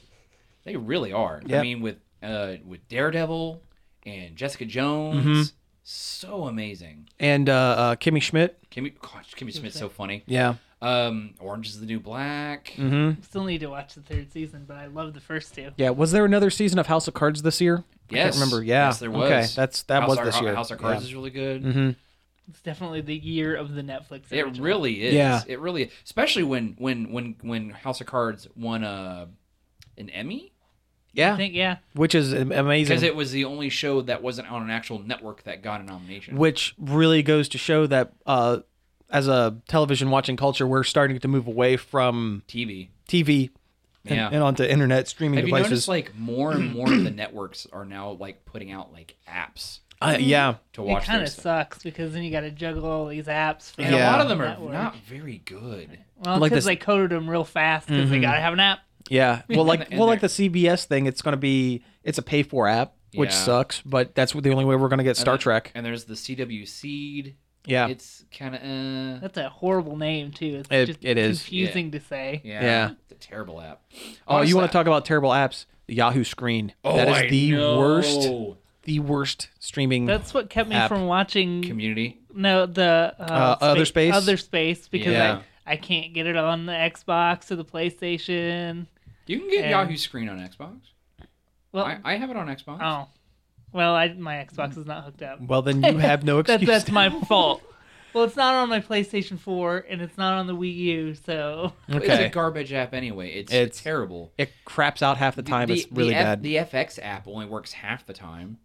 [SPEAKER 3] They really are. I
[SPEAKER 4] Yep.
[SPEAKER 3] mean, with uh, with Daredevil and Jessica Jones,
[SPEAKER 4] Mm-hmm.
[SPEAKER 3] so amazing.
[SPEAKER 4] and uh, uh, Kimmy Schmidt.
[SPEAKER 3] Kimmy, gosh, Kimmy Smith's so funny.
[SPEAKER 4] Yeah.
[SPEAKER 3] Um, Orange is the New Black.
[SPEAKER 4] Mm,
[SPEAKER 2] Still need to watch the third season, but I love the first two.
[SPEAKER 4] Mm-hmm. Yeah. Was there another season of House of Cards this year? I
[SPEAKER 3] Yes,
[SPEAKER 4] can't remember. Yeah.
[SPEAKER 3] yes, there was.
[SPEAKER 4] Okay, that's that
[SPEAKER 3] House
[SPEAKER 4] was
[SPEAKER 3] Ar-
[SPEAKER 4] this year.
[SPEAKER 3] House of
[SPEAKER 4] Yeah. Mm-hmm.
[SPEAKER 3] Cards is really good.
[SPEAKER 2] It's definitely the year of the Netflix.
[SPEAKER 3] It
[SPEAKER 2] original.
[SPEAKER 3] really is.
[SPEAKER 4] Yeah.
[SPEAKER 3] It really, especially when when when when House of Cards won uh, an Emmy
[SPEAKER 2] I
[SPEAKER 4] Yeah,
[SPEAKER 2] think yeah.
[SPEAKER 4] which is am-
[SPEAKER 3] because
[SPEAKER 4] amazing.
[SPEAKER 3] it was the only show that wasn't on an actual network that got a nomination.
[SPEAKER 4] which really goes to show that uh, as a television watching culture, we're starting to move away from
[SPEAKER 3] TV.
[SPEAKER 4] TV and,
[SPEAKER 3] Yeah.
[SPEAKER 4] and onto internet streaming
[SPEAKER 3] Have you
[SPEAKER 4] devices.
[SPEAKER 3] noticed like more and more of the networks are now like putting out like apps
[SPEAKER 4] uh, yeah,
[SPEAKER 3] to
[SPEAKER 2] It
[SPEAKER 3] watch
[SPEAKER 2] kind of
[SPEAKER 3] this?
[SPEAKER 2] sucks because then you got to juggle all these apps. For
[SPEAKER 3] And
[SPEAKER 4] Yeah.
[SPEAKER 3] a lot of them are
[SPEAKER 2] network.
[SPEAKER 3] not very good.
[SPEAKER 2] Well,
[SPEAKER 4] Like
[SPEAKER 2] because
[SPEAKER 4] this-
[SPEAKER 2] they coded them real fast because they gotta have an app.
[SPEAKER 4] yeah. Well, like
[SPEAKER 3] And
[SPEAKER 4] well, like the
[SPEAKER 3] they're-
[SPEAKER 4] CBS thing. It's going to be it's a pay for app, which
[SPEAKER 3] Yeah.
[SPEAKER 4] sucks. But that's the only way we're going to get Star
[SPEAKER 3] And-
[SPEAKER 4] Trek.
[SPEAKER 3] And there's the CW Seed.
[SPEAKER 4] Yeah,
[SPEAKER 3] It's kind of uh,
[SPEAKER 2] That's a horrible name too. It's
[SPEAKER 4] It-
[SPEAKER 2] just
[SPEAKER 4] it is.
[SPEAKER 2] confusing to say.
[SPEAKER 3] yeah,
[SPEAKER 4] Yeah.
[SPEAKER 3] It's a terrible app.
[SPEAKER 4] Oh, you want to
[SPEAKER 3] Honestly,
[SPEAKER 4] talk about terrible apps? The Yahoo Screen.
[SPEAKER 3] Oh,
[SPEAKER 4] that is
[SPEAKER 3] I
[SPEAKER 4] the
[SPEAKER 3] know.
[SPEAKER 4] worst, the worst streaming.
[SPEAKER 2] That's what kept me
[SPEAKER 4] App.
[SPEAKER 2] from watching.
[SPEAKER 3] Community.
[SPEAKER 2] no, the uh,
[SPEAKER 4] Uh, Other Space?
[SPEAKER 2] Other space because
[SPEAKER 3] Yeah.
[SPEAKER 2] I, I can't get it on the Xbox or the PlayStation.
[SPEAKER 3] You can get
[SPEAKER 2] And-
[SPEAKER 3] Yahoo Screen on Xbox.
[SPEAKER 2] Well,
[SPEAKER 3] I, I have it on Xbox.
[SPEAKER 2] oh, well, I, my Xbox is not hooked up.
[SPEAKER 4] well, then you have no
[SPEAKER 2] That,
[SPEAKER 4] excuse.
[SPEAKER 2] that's my fault. Well, it's not on my PlayStation 4 and it's not on the Wii U, so
[SPEAKER 3] It's a
[SPEAKER 4] okay.
[SPEAKER 3] garbage app anyway. It's,
[SPEAKER 4] It's-
[SPEAKER 3] terrible.
[SPEAKER 4] It craps out half the time. it's really
[SPEAKER 3] the F-
[SPEAKER 4] bad.
[SPEAKER 3] the FX app only works half the time.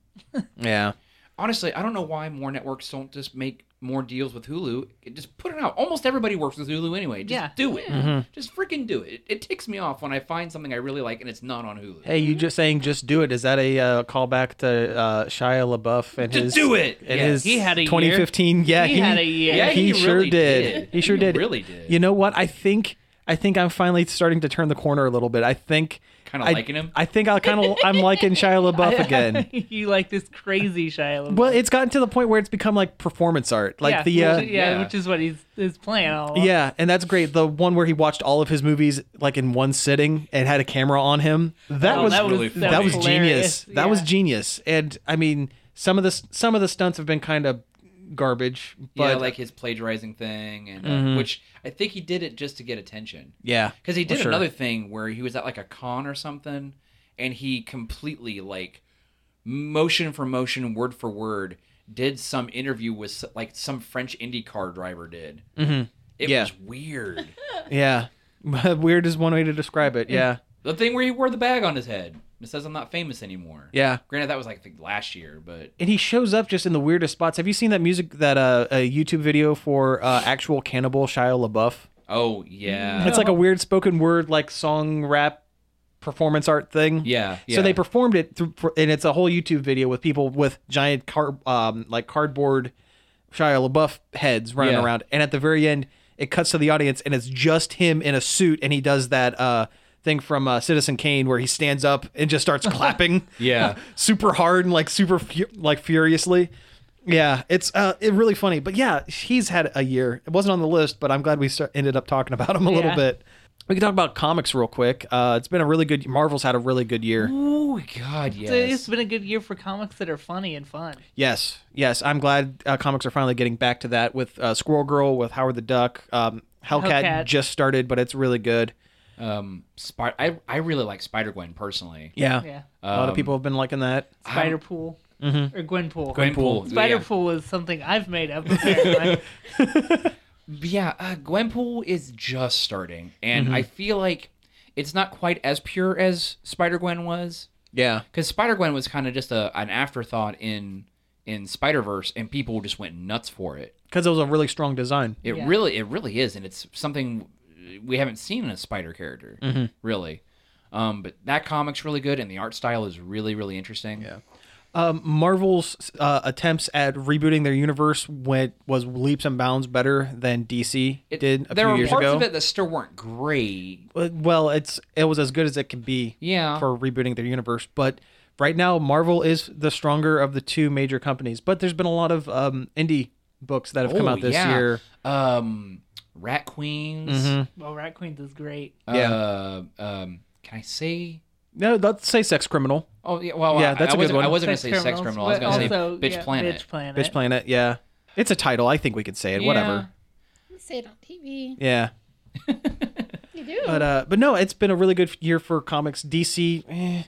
[SPEAKER 4] yeah.
[SPEAKER 3] Honestly, I don't know why more networks don't just make more deals with Hulu. It- Just put it out. Almost everybody works with Hulu anyway. Just
[SPEAKER 2] Yeah.
[SPEAKER 3] do it.
[SPEAKER 4] Mm-hmm.
[SPEAKER 3] Just freaking do it. it. It ticks me off when I find something I really like and it's not on Hulu.
[SPEAKER 4] Hey, you just saying just do it? Is that a uh, callback to uh, Shia LaBeouf and
[SPEAKER 3] Just
[SPEAKER 4] his
[SPEAKER 3] do it!
[SPEAKER 4] And
[SPEAKER 3] Yeah.
[SPEAKER 4] his
[SPEAKER 2] He had a year.
[SPEAKER 4] 2015. Yeah,
[SPEAKER 2] He had a year.
[SPEAKER 3] Yeah,
[SPEAKER 4] he,
[SPEAKER 3] he
[SPEAKER 4] sure
[SPEAKER 3] really
[SPEAKER 4] did.
[SPEAKER 3] did.
[SPEAKER 4] He sure
[SPEAKER 3] He
[SPEAKER 4] did.
[SPEAKER 3] really did.
[SPEAKER 4] You know what? I think I think I'm finally starting to turn the corner a little bit. I think
[SPEAKER 3] Kinda
[SPEAKER 4] I-
[SPEAKER 3] liking him?
[SPEAKER 4] I think I kind of I'm liking Shia LaBeouf again.
[SPEAKER 2] you like this crazy Shia LaBeouf.
[SPEAKER 4] Well, it's gotten to the point where it's become like performance art, like the uh,
[SPEAKER 2] which, yeah,
[SPEAKER 3] yeah.
[SPEAKER 2] which is what he's his plan all along.
[SPEAKER 4] Yeah, and that's great. The one where he watched all of his movies like in one sitting and had a camera on him. That
[SPEAKER 2] Oh,
[SPEAKER 4] was
[SPEAKER 2] that
[SPEAKER 4] that
[SPEAKER 2] was-
[SPEAKER 4] was,
[SPEAKER 3] really that was
[SPEAKER 4] genius.
[SPEAKER 2] hilarious.
[SPEAKER 4] That was
[SPEAKER 2] Yeah.
[SPEAKER 4] genius. And I mean, some of the some of the stunts have been kind of garbage, but Mm-hmm.
[SPEAKER 3] yeah, like his plagiarizing thing, and uh, which I think he did it just to get attention.
[SPEAKER 4] yeah,
[SPEAKER 3] Because he
[SPEAKER 4] for
[SPEAKER 3] did
[SPEAKER 4] sure.
[SPEAKER 3] another thing where he was at like a con or something, and he completely like motion for motion, word for word, did some interview with s- like some French IndyCar driver did. Mm-hmm. It
[SPEAKER 4] Yeah.
[SPEAKER 3] was weird.
[SPEAKER 4] Yeah, weird is one way to describe it. Yeah,
[SPEAKER 3] the thing where he wore the bag on his head. It says I'm not famous anymore.
[SPEAKER 4] yeah.
[SPEAKER 3] Granted, that was like I think last year, but
[SPEAKER 4] And he shows up just in the weirdest spots. Have you seen that music that uh, a YouTube video for uh, actual cannibal Shia LaBeouf?
[SPEAKER 3] oh yeah,
[SPEAKER 4] It's like a weird spoken word like song rap performance art thing.
[SPEAKER 3] yeah, yeah.
[SPEAKER 4] So they performed it through, for, and it's a whole YouTube video with people with giant car, um, like cardboard Shia LaBeouf heads running
[SPEAKER 3] Yeah.
[SPEAKER 4] around. And at the very end, it cuts to the audience, and it's just him in a suit, and he does that uh, thing from uh, Citizen Kane where he stands up and just starts clapping,
[SPEAKER 3] Yeah.
[SPEAKER 4] super hard and like super fu- like furiously. Yeah, it's uh, it really funny. But yeah, he's had a year. It wasn't on the list, but I'm glad we start, ended up talking about him a little
[SPEAKER 2] Yeah.
[SPEAKER 4] bit. We can talk about comics real quick. Uh, it's been a really good. Marvel's had a really good year.
[SPEAKER 3] oh god, yes.
[SPEAKER 2] So it's been a good year for comics that are funny and fun.
[SPEAKER 4] Yes, yes. I'm glad uh, comics are finally getting back to that with uh, Squirrel Girl, with Howard the Duck. Um, Hellcat,
[SPEAKER 2] Hellcat.
[SPEAKER 4] just started, but it's really good.
[SPEAKER 3] um, Spy- I I really like Spider Gwen personally. Um,
[SPEAKER 4] Yeah.
[SPEAKER 2] Yeah.
[SPEAKER 4] A lot of people have been liking that.
[SPEAKER 2] Spider Pool
[SPEAKER 4] Mm-hmm.
[SPEAKER 2] or Gwenpool.
[SPEAKER 3] Gwenpool.
[SPEAKER 2] Spider
[SPEAKER 3] yeah.
[SPEAKER 2] Pool is something I've made up. apparently.
[SPEAKER 3] Yeah, uh, Gwenpool is just starting, and
[SPEAKER 4] Mm-hmm.
[SPEAKER 3] I feel like it's not quite as pure as Spider Gwen was,
[SPEAKER 4] Yeah.
[SPEAKER 3] because Spider Gwen was kind of just a an afterthought in in Spider Verse, and people just went nuts for it.
[SPEAKER 4] because it was a really strong design.
[SPEAKER 3] It
[SPEAKER 2] Yeah.
[SPEAKER 3] really, it really is, and it's something we haven't seen in a Spider character,
[SPEAKER 4] Mm-hmm.
[SPEAKER 3] really. Um, but that comic's really good, and the art style is really, really interesting. Yeah.
[SPEAKER 4] Um, Marvel's uh, attempts at rebooting their universe went was leaps and bounds better than DC did a
[SPEAKER 3] there
[SPEAKER 4] few
[SPEAKER 3] were
[SPEAKER 4] years
[SPEAKER 3] parts
[SPEAKER 4] ago.
[SPEAKER 3] of it that still weren't great.
[SPEAKER 4] Uh, well, it's it was as good as it can be.
[SPEAKER 3] Yeah.
[SPEAKER 4] For rebooting their universe, but right now Marvel is the stronger of the two major companies. But there's been a lot of um, indie books that have come
[SPEAKER 3] Oh,
[SPEAKER 4] out this
[SPEAKER 3] yeah.
[SPEAKER 4] year. Mm-hmm.
[SPEAKER 3] Um, Rat Queens.
[SPEAKER 2] Well, Rat Queens is great.
[SPEAKER 4] Yeah.
[SPEAKER 3] Uh, um, can I say?
[SPEAKER 4] No, let's say Sex Criminal,
[SPEAKER 3] Oh yeah. Well,
[SPEAKER 4] Yeah,
[SPEAKER 3] I-
[SPEAKER 4] that's
[SPEAKER 3] I
[SPEAKER 4] a good
[SPEAKER 3] wasn't,
[SPEAKER 4] one.
[SPEAKER 3] I wasn't gonna
[SPEAKER 2] Sex
[SPEAKER 3] say sex
[SPEAKER 2] Criminals,
[SPEAKER 3] criminal. I was
[SPEAKER 2] but
[SPEAKER 3] gonna
[SPEAKER 2] also,
[SPEAKER 3] say bitch
[SPEAKER 2] yeah,
[SPEAKER 3] planet.
[SPEAKER 2] Bitch Planet.
[SPEAKER 4] Bitch Planet. Yeah, it's a title. I think we could say it. Whatever.
[SPEAKER 5] Say it on TV.
[SPEAKER 4] Yeah.
[SPEAKER 5] You do.
[SPEAKER 4] But uh, but no, it's been a really good year for comics. DC, eh,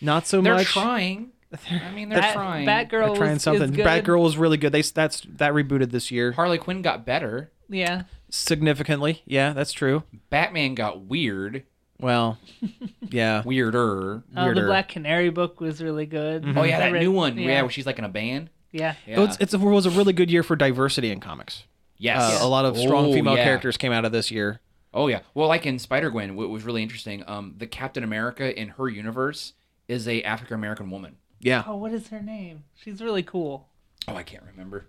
[SPEAKER 4] not so
[SPEAKER 3] They're
[SPEAKER 4] much.
[SPEAKER 3] trying. I mean, they're
[SPEAKER 2] Bat-
[SPEAKER 3] trying.
[SPEAKER 4] They're
[SPEAKER 2] Batgirl
[SPEAKER 4] trying
[SPEAKER 2] was,
[SPEAKER 4] something.
[SPEAKER 2] is good.
[SPEAKER 4] Batgirl was really good. They s- that's that rebooted this year
[SPEAKER 3] Harley Quinn got better.
[SPEAKER 2] Yeah.
[SPEAKER 4] significantly. Yeah, that's true.
[SPEAKER 3] Batman got weird,
[SPEAKER 4] Well, yeah,
[SPEAKER 3] weirder.
[SPEAKER 2] Uh, the
[SPEAKER 4] Weirder.
[SPEAKER 2] Black Canary book was really good.
[SPEAKER 3] Oh yeah, that
[SPEAKER 2] I read-
[SPEAKER 3] new one. Yeah.
[SPEAKER 2] Yeah.
[SPEAKER 3] where she's like in a band.
[SPEAKER 2] yeah.
[SPEAKER 3] Yeah.
[SPEAKER 4] It's, it's, Mhm. it was a really good year for diversity in comics.
[SPEAKER 3] yes.
[SPEAKER 4] Uh, A lot of strong
[SPEAKER 3] Oh,
[SPEAKER 4] female
[SPEAKER 3] yeah.
[SPEAKER 4] characters came out of this year.
[SPEAKER 3] Oh yeah. Well, like in Spider Gwen, what was really interesting, um, the Captain America in her universe is a African American woman.
[SPEAKER 4] Yeah,
[SPEAKER 2] Oh, what is her name? She's really cool.
[SPEAKER 3] Oh, I can't remember.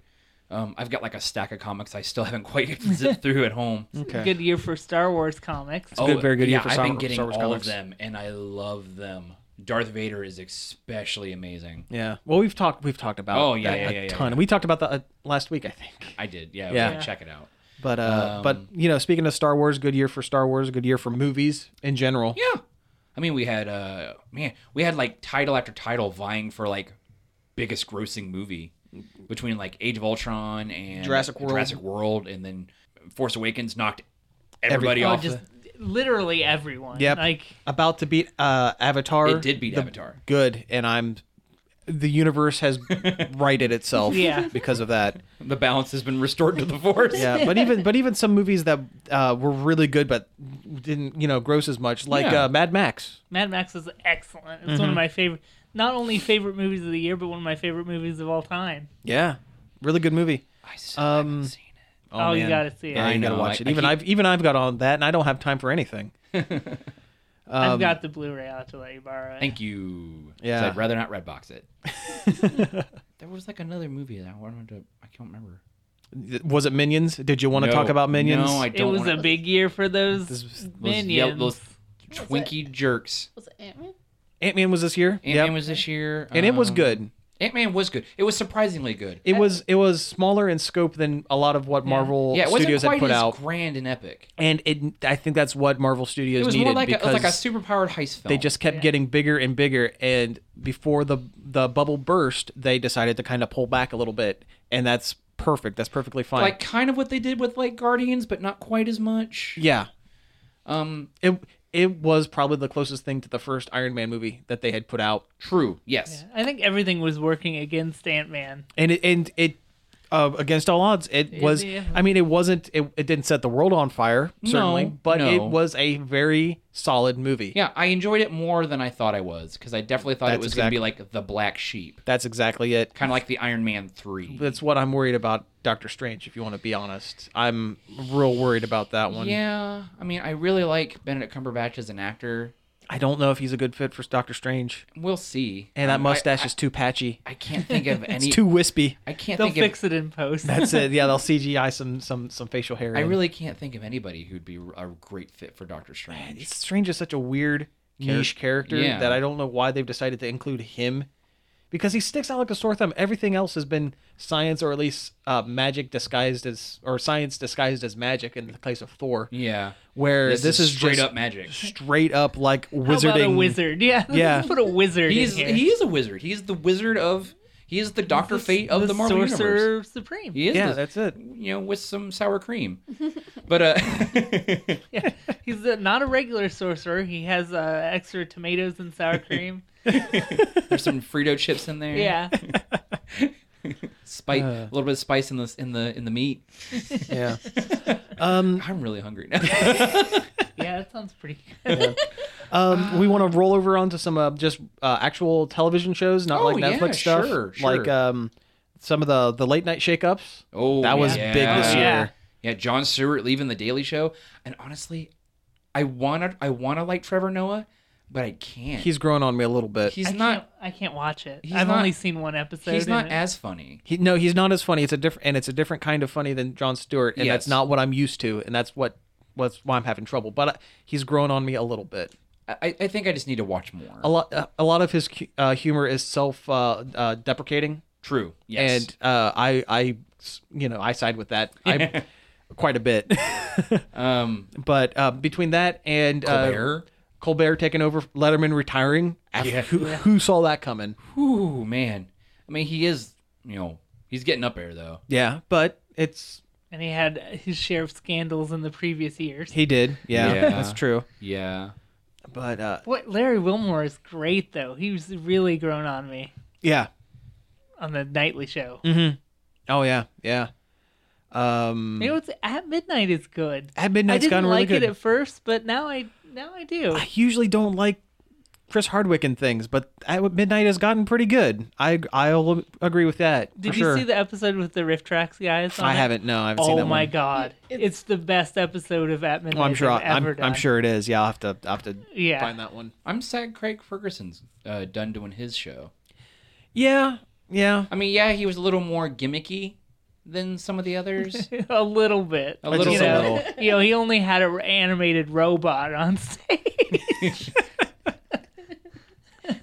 [SPEAKER 3] Um, I've got like a stack of comics I still haven't quite zipped through at home.
[SPEAKER 4] Okay.
[SPEAKER 2] Good year for Star Wars comics.
[SPEAKER 3] oh,
[SPEAKER 4] good- very good
[SPEAKER 3] yeah,
[SPEAKER 4] year for
[SPEAKER 3] I've
[SPEAKER 4] Star-
[SPEAKER 3] been getting
[SPEAKER 4] Star Wars
[SPEAKER 3] all
[SPEAKER 4] comics.
[SPEAKER 3] of them, and I love them. Darth Vader is especially amazing.
[SPEAKER 4] yeah. Well, we've talked we've talked about
[SPEAKER 3] Oh, yeah,
[SPEAKER 4] that
[SPEAKER 3] yeah,
[SPEAKER 4] a
[SPEAKER 3] yeah, yeah,
[SPEAKER 4] ton.
[SPEAKER 3] yeah.
[SPEAKER 4] We talked about that uh, last week, I think.
[SPEAKER 3] I did, yeah.
[SPEAKER 4] Yeah.
[SPEAKER 3] yeah. Check it out.
[SPEAKER 4] But uh,
[SPEAKER 3] Um,
[SPEAKER 4] but you know, speaking of Star Wars, good year for Star Wars. Good year for movies in general.
[SPEAKER 3] Yeah. I mean, we had uh, man, we had like title after title vying for like biggest grossing movie between like Age of Ultron and
[SPEAKER 4] Jurassic World.
[SPEAKER 3] Jurassic World, and then Force Awakens knocked everybody
[SPEAKER 4] Everything.
[SPEAKER 2] Oh,
[SPEAKER 3] off.
[SPEAKER 2] just
[SPEAKER 3] the-
[SPEAKER 2] literally everyone.
[SPEAKER 4] Yep.
[SPEAKER 2] Like
[SPEAKER 4] About to beat uh, Avatar.
[SPEAKER 3] it did beat
[SPEAKER 4] The-
[SPEAKER 3] Avatar.
[SPEAKER 4] Good, and I'm. The universe has righted itself.
[SPEAKER 2] Yeah.
[SPEAKER 4] Because of that.
[SPEAKER 3] The balance has been restored to the Force.
[SPEAKER 4] Yeah, but even but even some movies that uh, were really good but didn't you know gross as much, like
[SPEAKER 3] Yeah.
[SPEAKER 4] uh, Mad Max.
[SPEAKER 2] Mad Max is excellent. It's
[SPEAKER 3] Mm-hmm.
[SPEAKER 2] one of my favorite, not only favorite movies of the year, but one of my favorite movies of all time.
[SPEAKER 4] Yeah, really good movie.
[SPEAKER 3] I still
[SPEAKER 4] Um,
[SPEAKER 3] haven't seen it.
[SPEAKER 2] Oh, you
[SPEAKER 4] man.
[SPEAKER 2] gotta see it.
[SPEAKER 4] Yeah,
[SPEAKER 3] I
[SPEAKER 4] you gotta
[SPEAKER 3] know,
[SPEAKER 4] watch
[SPEAKER 3] I-
[SPEAKER 4] it.
[SPEAKER 3] I
[SPEAKER 4] Even
[SPEAKER 3] keep-
[SPEAKER 4] I've even I've got on that, and I don't have time for anything. Um,
[SPEAKER 2] I've got the Blu-ray. I'll have to let you borrow it.
[SPEAKER 3] um, Thank you. 'Cause
[SPEAKER 4] Yeah.
[SPEAKER 3] I'd rather not Redbox it. there was like another movie that I wanted to. I can't remember.
[SPEAKER 4] Was it Minions? Did you want to talk about Minions?
[SPEAKER 3] No, I
[SPEAKER 2] It
[SPEAKER 3] don't.
[SPEAKER 2] was a
[SPEAKER 3] wanna-
[SPEAKER 2] big year for those
[SPEAKER 4] This- those
[SPEAKER 3] those
[SPEAKER 2] minions.
[SPEAKER 3] yell- those Twinkie jerks.
[SPEAKER 5] Was it Ant Man?
[SPEAKER 4] Ant Man was this year.
[SPEAKER 3] Ant Man was this year,
[SPEAKER 4] and it was
[SPEAKER 3] um,
[SPEAKER 4] good.
[SPEAKER 3] Ant Man was good. It was surprisingly good.
[SPEAKER 4] It was it was smaller in scope than a lot of what Marvel
[SPEAKER 3] yeah, it wasn't
[SPEAKER 4] Studios
[SPEAKER 3] quite
[SPEAKER 4] had put
[SPEAKER 3] as
[SPEAKER 4] out,
[SPEAKER 3] grand and epic.
[SPEAKER 4] and it I think that's what Marvel Studios
[SPEAKER 3] It was
[SPEAKER 4] needed
[SPEAKER 3] more like a, it
[SPEAKER 4] because
[SPEAKER 3] was like a superpowered heist film.
[SPEAKER 4] they just kept getting bigger and bigger and before the the bubble burst they decided to kind of pull back a little bit and that's perfect that's perfectly fine
[SPEAKER 3] like kind of what they did with like Guardians, but not quite as much.
[SPEAKER 4] yeah
[SPEAKER 3] Um,
[SPEAKER 4] it it was probably the closest thing to the first Iron Man movie that they had put out
[SPEAKER 3] true. Yes.
[SPEAKER 2] I think everything was working against Ant Man.
[SPEAKER 4] and it and it uh, against all odds it was
[SPEAKER 2] yeah.
[SPEAKER 4] I mean it wasn't it, it didn't set the world on fire certainly
[SPEAKER 3] No,
[SPEAKER 4] but it
[SPEAKER 3] no.
[SPEAKER 4] was a very solid movie
[SPEAKER 3] Yeah. I enjoyed it more than I thought I was because I definitely thought it
[SPEAKER 4] That's
[SPEAKER 3] was going to be like the Black Sheep,
[SPEAKER 4] that's exactly it
[SPEAKER 3] kind of like the Iron Man three.
[SPEAKER 4] that's what I'm worried about Doctor Strange if you want to be honest I'm real worried about that one
[SPEAKER 3] yeah. I mean, I really like Benedict Cumberbatch as an actor.
[SPEAKER 4] I don't know if he's a good fit for Doctor Strange.
[SPEAKER 3] We'll see.
[SPEAKER 4] And that
[SPEAKER 3] Um, I-
[SPEAKER 4] mustache
[SPEAKER 3] I,
[SPEAKER 4] is too patchy.
[SPEAKER 3] I can't think of any.
[SPEAKER 4] It's too wispy.
[SPEAKER 3] I can't
[SPEAKER 2] They'll
[SPEAKER 3] think of
[SPEAKER 2] fix it in post.
[SPEAKER 4] That's it. Yeah, they'll CGI some some some facial hair.
[SPEAKER 3] I
[SPEAKER 4] in.
[SPEAKER 3] really can't think of anybody who'd be a great fit for Doctor Strange.
[SPEAKER 4] Strange is such a weird niche character
[SPEAKER 3] Yeah.
[SPEAKER 4] that I don't know why they've decided to include him, because he sticks out like a sore thumb. Everything else has been science or at least uh, magic disguised as or science disguised as magic in the case of Thor.
[SPEAKER 3] Yeah.
[SPEAKER 4] Where
[SPEAKER 3] This
[SPEAKER 4] this,
[SPEAKER 3] is
[SPEAKER 4] is
[SPEAKER 3] straight
[SPEAKER 4] just
[SPEAKER 3] up magic.
[SPEAKER 4] straight up like
[SPEAKER 2] How
[SPEAKER 4] wizarding.
[SPEAKER 2] about a wizard? Yeah, let's
[SPEAKER 4] Yeah.
[SPEAKER 2] just put a wizard
[SPEAKER 3] He's
[SPEAKER 2] in here.
[SPEAKER 3] he is a wizard. He's the wizard of he is the Doctor Fate of the, Marvel
[SPEAKER 2] Sorcerer
[SPEAKER 3] universe.
[SPEAKER 2] Supreme.
[SPEAKER 3] He is
[SPEAKER 4] Yeah,
[SPEAKER 3] the-
[SPEAKER 4] that's it.
[SPEAKER 3] you know with some sour cream. but uh
[SPEAKER 2] Yeah. He's uh not a regular sorcerer. He has uh, extra tomatoes and sour cream.
[SPEAKER 3] there's some Frito chips in there.
[SPEAKER 2] yeah.
[SPEAKER 3] Spice
[SPEAKER 4] Uh.
[SPEAKER 3] a little bit of spice in the in the in the meat.
[SPEAKER 4] Yeah. Um,
[SPEAKER 3] I'm really hungry now.
[SPEAKER 2] Yeah, that sounds pretty good.
[SPEAKER 4] Um, we want to roll over onto some uh, just uh, actual television shows, not
[SPEAKER 3] Oh,
[SPEAKER 4] like Netflix
[SPEAKER 3] yeah,
[SPEAKER 4] stuff.
[SPEAKER 3] sure,
[SPEAKER 4] Like
[SPEAKER 3] sure.
[SPEAKER 4] um, some of the the late night shakeups.
[SPEAKER 3] Oh,
[SPEAKER 4] That was
[SPEAKER 3] yeah.
[SPEAKER 4] big this year.
[SPEAKER 2] Yeah.
[SPEAKER 3] Yeah, John Stewart leaving the Daily Show, and honestly, I wanna I wanna like Trevor Noah, but I can't.
[SPEAKER 4] He's grown on me a little bit.
[SPEAKER 3] he's
[SPEAKER 2] I
[SPEAKER 3] not
[SPEAKER 2] Can't, I can't watch it.
[SPEAKER 3] He's
[SPEAKER 2] I've
[SPEAKER 3] not-
[SPEAKER 2] only seen one episode.
[SPEAKER 3] he's not
[SPEAKER 2] and it-
[SPEAKER 3] as funny.
[SPEAKER 4] He, no, he's not as funny. It's a different and it's a different kind of funny than John Stewart, and
[SPEAKER 3] Yes.
[SPEAKER 4] that's not what I'm used to, and that's what what's why I'm having trouble. But uh, he's grown on me a little bit.
[SPEAKER 3] I, I think I just need to watch more.
[SPEAKER 4] A lot uh, a lot of his cu- uh, humor is self uh, uh, deprecating,
[SPEAKER 3] True. Yes.
[SPEAKER 4] and uh, I I s- you know I side with that I, quite a bit.
[SPEAKER 3] um,
[SPEAKER 4] but uh, between that and uh,
[SPEAKER 3] Colbert.
[SPEAKER 4] Colbert taking over, Letterman retiring, who, who saw that coming?
[SPEAKER 3] Ooh, man. I mean, he is. You know, he's getting up there though.
[SPEAKER 4] Yeah, but it's
[SPEAKER 2] and he had his share of scandals in the previous years.
[SPEAKER 4] he did. Yeah,
[SPEAKER 3] Yeah.
[SPEAKER 4] that's true.
[SPEAKER 3] Yeah.
[SPEAKER 4] But uh,
[SPEAKER 2] What Larry Wilmore is great though. He's really grown on me
[SPEAKER 4] yeah,
[SPEAKER 2] on the nightly show.
[SPEAKER 3] Mm-hmm.
[SPEAKER 4] oh yeah, yeah. Um,
[SPEAKER 2] It was at midnight is good.
[SPEAKER 4] At
[SPEAKER 2] I
[SPEAKER 4] Midnight's
[SPEAKER 2] didn't
[SPEAKER 4] gotten really
[SPEAKER 2] like
[SPEAKER 4] good.
[SPEAKER 2] it at first, but now I now I do.
[SPEAKER 4] I usually don't like Chris Hardwick and things, but At Midnight has gotten pretty good. I I'll agree with that.
[SPEAKER 2] Did
[SPEAKER 4] for
[SPEAKER 2] you
[SPEAKER 4] sure.
[SPEAKER 2] see the episode with the Rift Tracks guys? on
[SPEAKER 4] I
[SPEAKER 2] it?
[SPEAKER 4] haven't. No, I haven't seen
[SPEAKER 2] Oh
[SPEAKER 4] that
[SPEAKER 2] my
[SPEAKER 4] one.
[SPEAKER 2] god! It's,
[SPEAKER 5] It's-
[SPEAKER 2] the best episode of At Midnight
[SPEAKER 4] Well, I'm sure.
[SPEAKER 2] I've
[SPEAKER 4] I,
[SPEAKER 2] ever
[SPEAKER 4] am
[SPEAKER 2] done.
[SPEAKER 4] I'm sure it is. Yeah, I'll have to. I'll have to
[SPEAKER 2] Yeah.
[SPEAKER 4] find that one.
[SPEAKER 3] I'm sad Craig Ferguson's uh, done doing his show.
[SPEAKER 4] Yeah, yeah.
[SPEAKER 3] I mean, yeah, he was a little more gimmicky than some of the others.
[SPEAKER 2] a little bit.
[SPEAKER 3] A little
[SPEAKER 2] you
[SPEAKER 4] Just a
[SPEAKER 2] know,
[SPEAKER 4] little.
[SPEAKER 2] you know, he only had an animated robot on stage.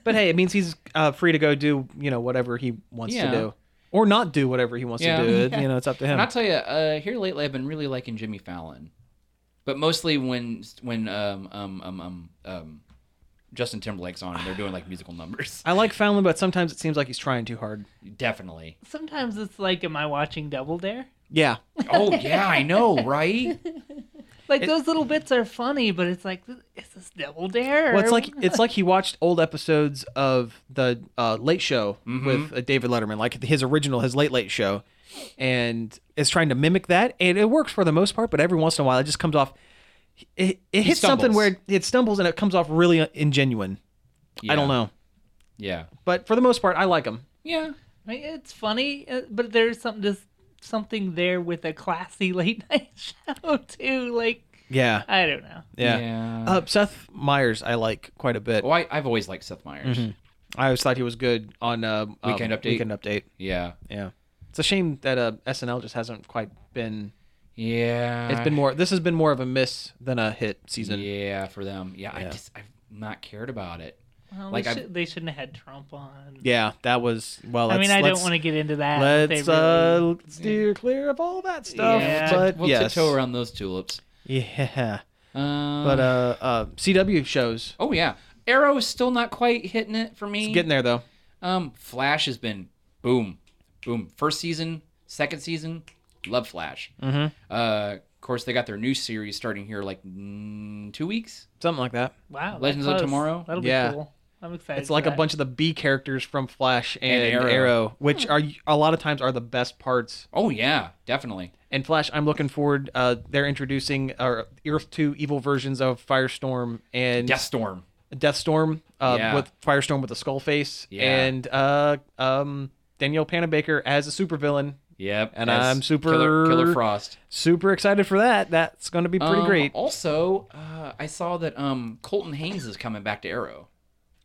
[SPEAKER 4] But hey, it means he's uh, free to go do you know whatever he wants
[SPEAKER 3] Yeah.
[SPEAKER 4] to do, or not do whatever he wants
[SPEAKER 3] Yeah.
[SPEAKER 4] to do. It- You know, it's up to him.
[SPEAKER 3] And I'll tell you, uh, here lately, I've been really liking Jimmy Fallon, but mostly when when um um um um, um Justin Timberlake's on and they're doing like musical numbers.
[SPEAKER 4] I like Fallon, but sometimes it seems like he's trying too hard.
[SPEAKER 3] Definitely.
[SPEAKER 2] Sometimes it's like, am I watching Double Dare?
[SPEAKER 4] Yeah,
[SPEAKER 3] Oh yeah, I know, right?
[SPEAKER 2] Like those little bits are funny, but it's like, is this Double Dare?
[SPEAKER 4] well, it's like it's like he watched old episodes of the uh, Late Show
[SPEAKER 3] Mm-hmm.
[SPEAKER 4] with uh, David Letterman, like his original, his Late Late Show, and is trying to mimic that, and it works for the most part. But every once in a while, it just comes off. It, it hits something
[SPEAKER 3] stumbles.
[SPEAKER 4] where it stumbles and it comes off really ingenuine.
[SPEAKER 3] Yeah.
[SPEAKER 4] I don't know,
[SPEAKER 3] Yeah.
[SPEAKER 4] but for the most part, I like him.
[SPEAKER 3] Yeah.
[SPEAKER 2] I mean, it's funny, uh, but there's something just something there with a classy late night show too. Like
[SPEAKER 4] Yeah,
[SPEAKER 2] I don't know.
[SPEAKER 4] yeah.
[SPEAKER 3] Yeah.
[SPEAKER 4] Uh, Seth Meyers, I like quite a bit.
[SPEAKER 3] oh, I, I've always liked Seth Meyers.
[SPEAKER 4] Mm-hmm. I always thought he was good on uh, um,
[SPEAKER 3] Weekend Update.
[SPEAKER 4] Weekend Update.
[SPEAKER 3] Yeah.
[SPEAKER 4] Yeah, it's a shame that uh, SNL just hasn't quite been.
[SPEAKER 3] Yeah.
[SPEAKER 4] It's been more. This has been more of a miss than a hit season.
[SPEAKER 3] Yeah, for them. Yeah, I
[SPEAKER 4] Yeah.
[SPEAKER 3] just I've not cared about it.
[SPEAKER 2] Well,
[SPEAKER 3] Like,
[SPEAKER 2] they,
[SPEAKER 3] I-
[SPEAKER 2] should, they shouldn't have had Trump on.
[SPEAKER 4] Yeah, that was well.
[SPEAKER 2] I
[SPEAKER 4] Let's,
[SPEAKER 2] mean, I don't
[SPEAKER 4] let's-
[SPEAKER 2] want to get into that.
[SPEAKER 4] Let's
[SPEAKER 2] They really-
[SPEAKER 4] uh, steer clear of all that stuff.
[SPEAKER 2] Yeah.
[SPEAKER 3] We'll,
[SPEAKER 4] But
[SPEAKER 3] tip- we'll
[SPEAKER 4] yes,
[SPEAKER 3] tiptoe around those tulips.
[SPEAKER 4] yeah.
[SPEAKER 3] Um,
[SPEAKER 4] But uh, uh, CW shows
[SPEAKER 3] oh yeah, Arrow is still not quite hitting it for me.
[SPEAKER 4] it's getting there though.
[SPEAKER 3] Um, Flash has been boom, boom. First season, second season, love Flash. Mm-hmm. Uh, of course, they got their new series starting here like mm, two weeks.
[SPEAKER 4] Something like that.
[SPEAKER 2] Wow. that's
[SPEAKER 3] Legends of
[SPEAKER 2] close.
[SPEAKER 3] Tomorrow?
[SPEAKER 2] That'll be
[SPEAKER 4] Yeah.
[SPEAKER 2] cool. I'm excited.
[SPEAKER 4] It's like
[SPEAKER 2] for
[SPEAKER 4] a
[SPEAKER 2] that. Hmm.
[SPEAKER 4] bunch of the B characters from Flash and,
[SPEAKER 3] Arrow.
[SPEAKER 4] Arrow. which are a lot of times are the best parts
[SPEAKER 3] Oh yeah, definitely.
[SPEAKER 4] And Flash, I'm looking forward. Uh, they're introducing uh, Earth Two evil versions of Firestorm and
[SPEAKER 3] Deathstorm.
[SPEAKER 4] Deathstorm uh,
[SPEAKER 3] Yeah.
[SPEAKER 4] with Firestorm with a skull face
[SPEAKER 3] Yeah.
[SPEAKER 4] and uh, um, Danielle Panabaker as a supervillain.
[SPEAKER 3] Yep.
[SPEAKER 4] And
[SPEAKER 3] that's
[SPEAKER 4] I'm super-
[SPEAKER 3] Killer, Killer Frost.
[SPEAKER 4] Super excited for that. That's going to be pretty
[SPEAKER 3] Um,
[SPEAKER 4] great.
[SPEAKER 3] Also, uh, I saw that um, Colton Haynes is coming back to Arrow.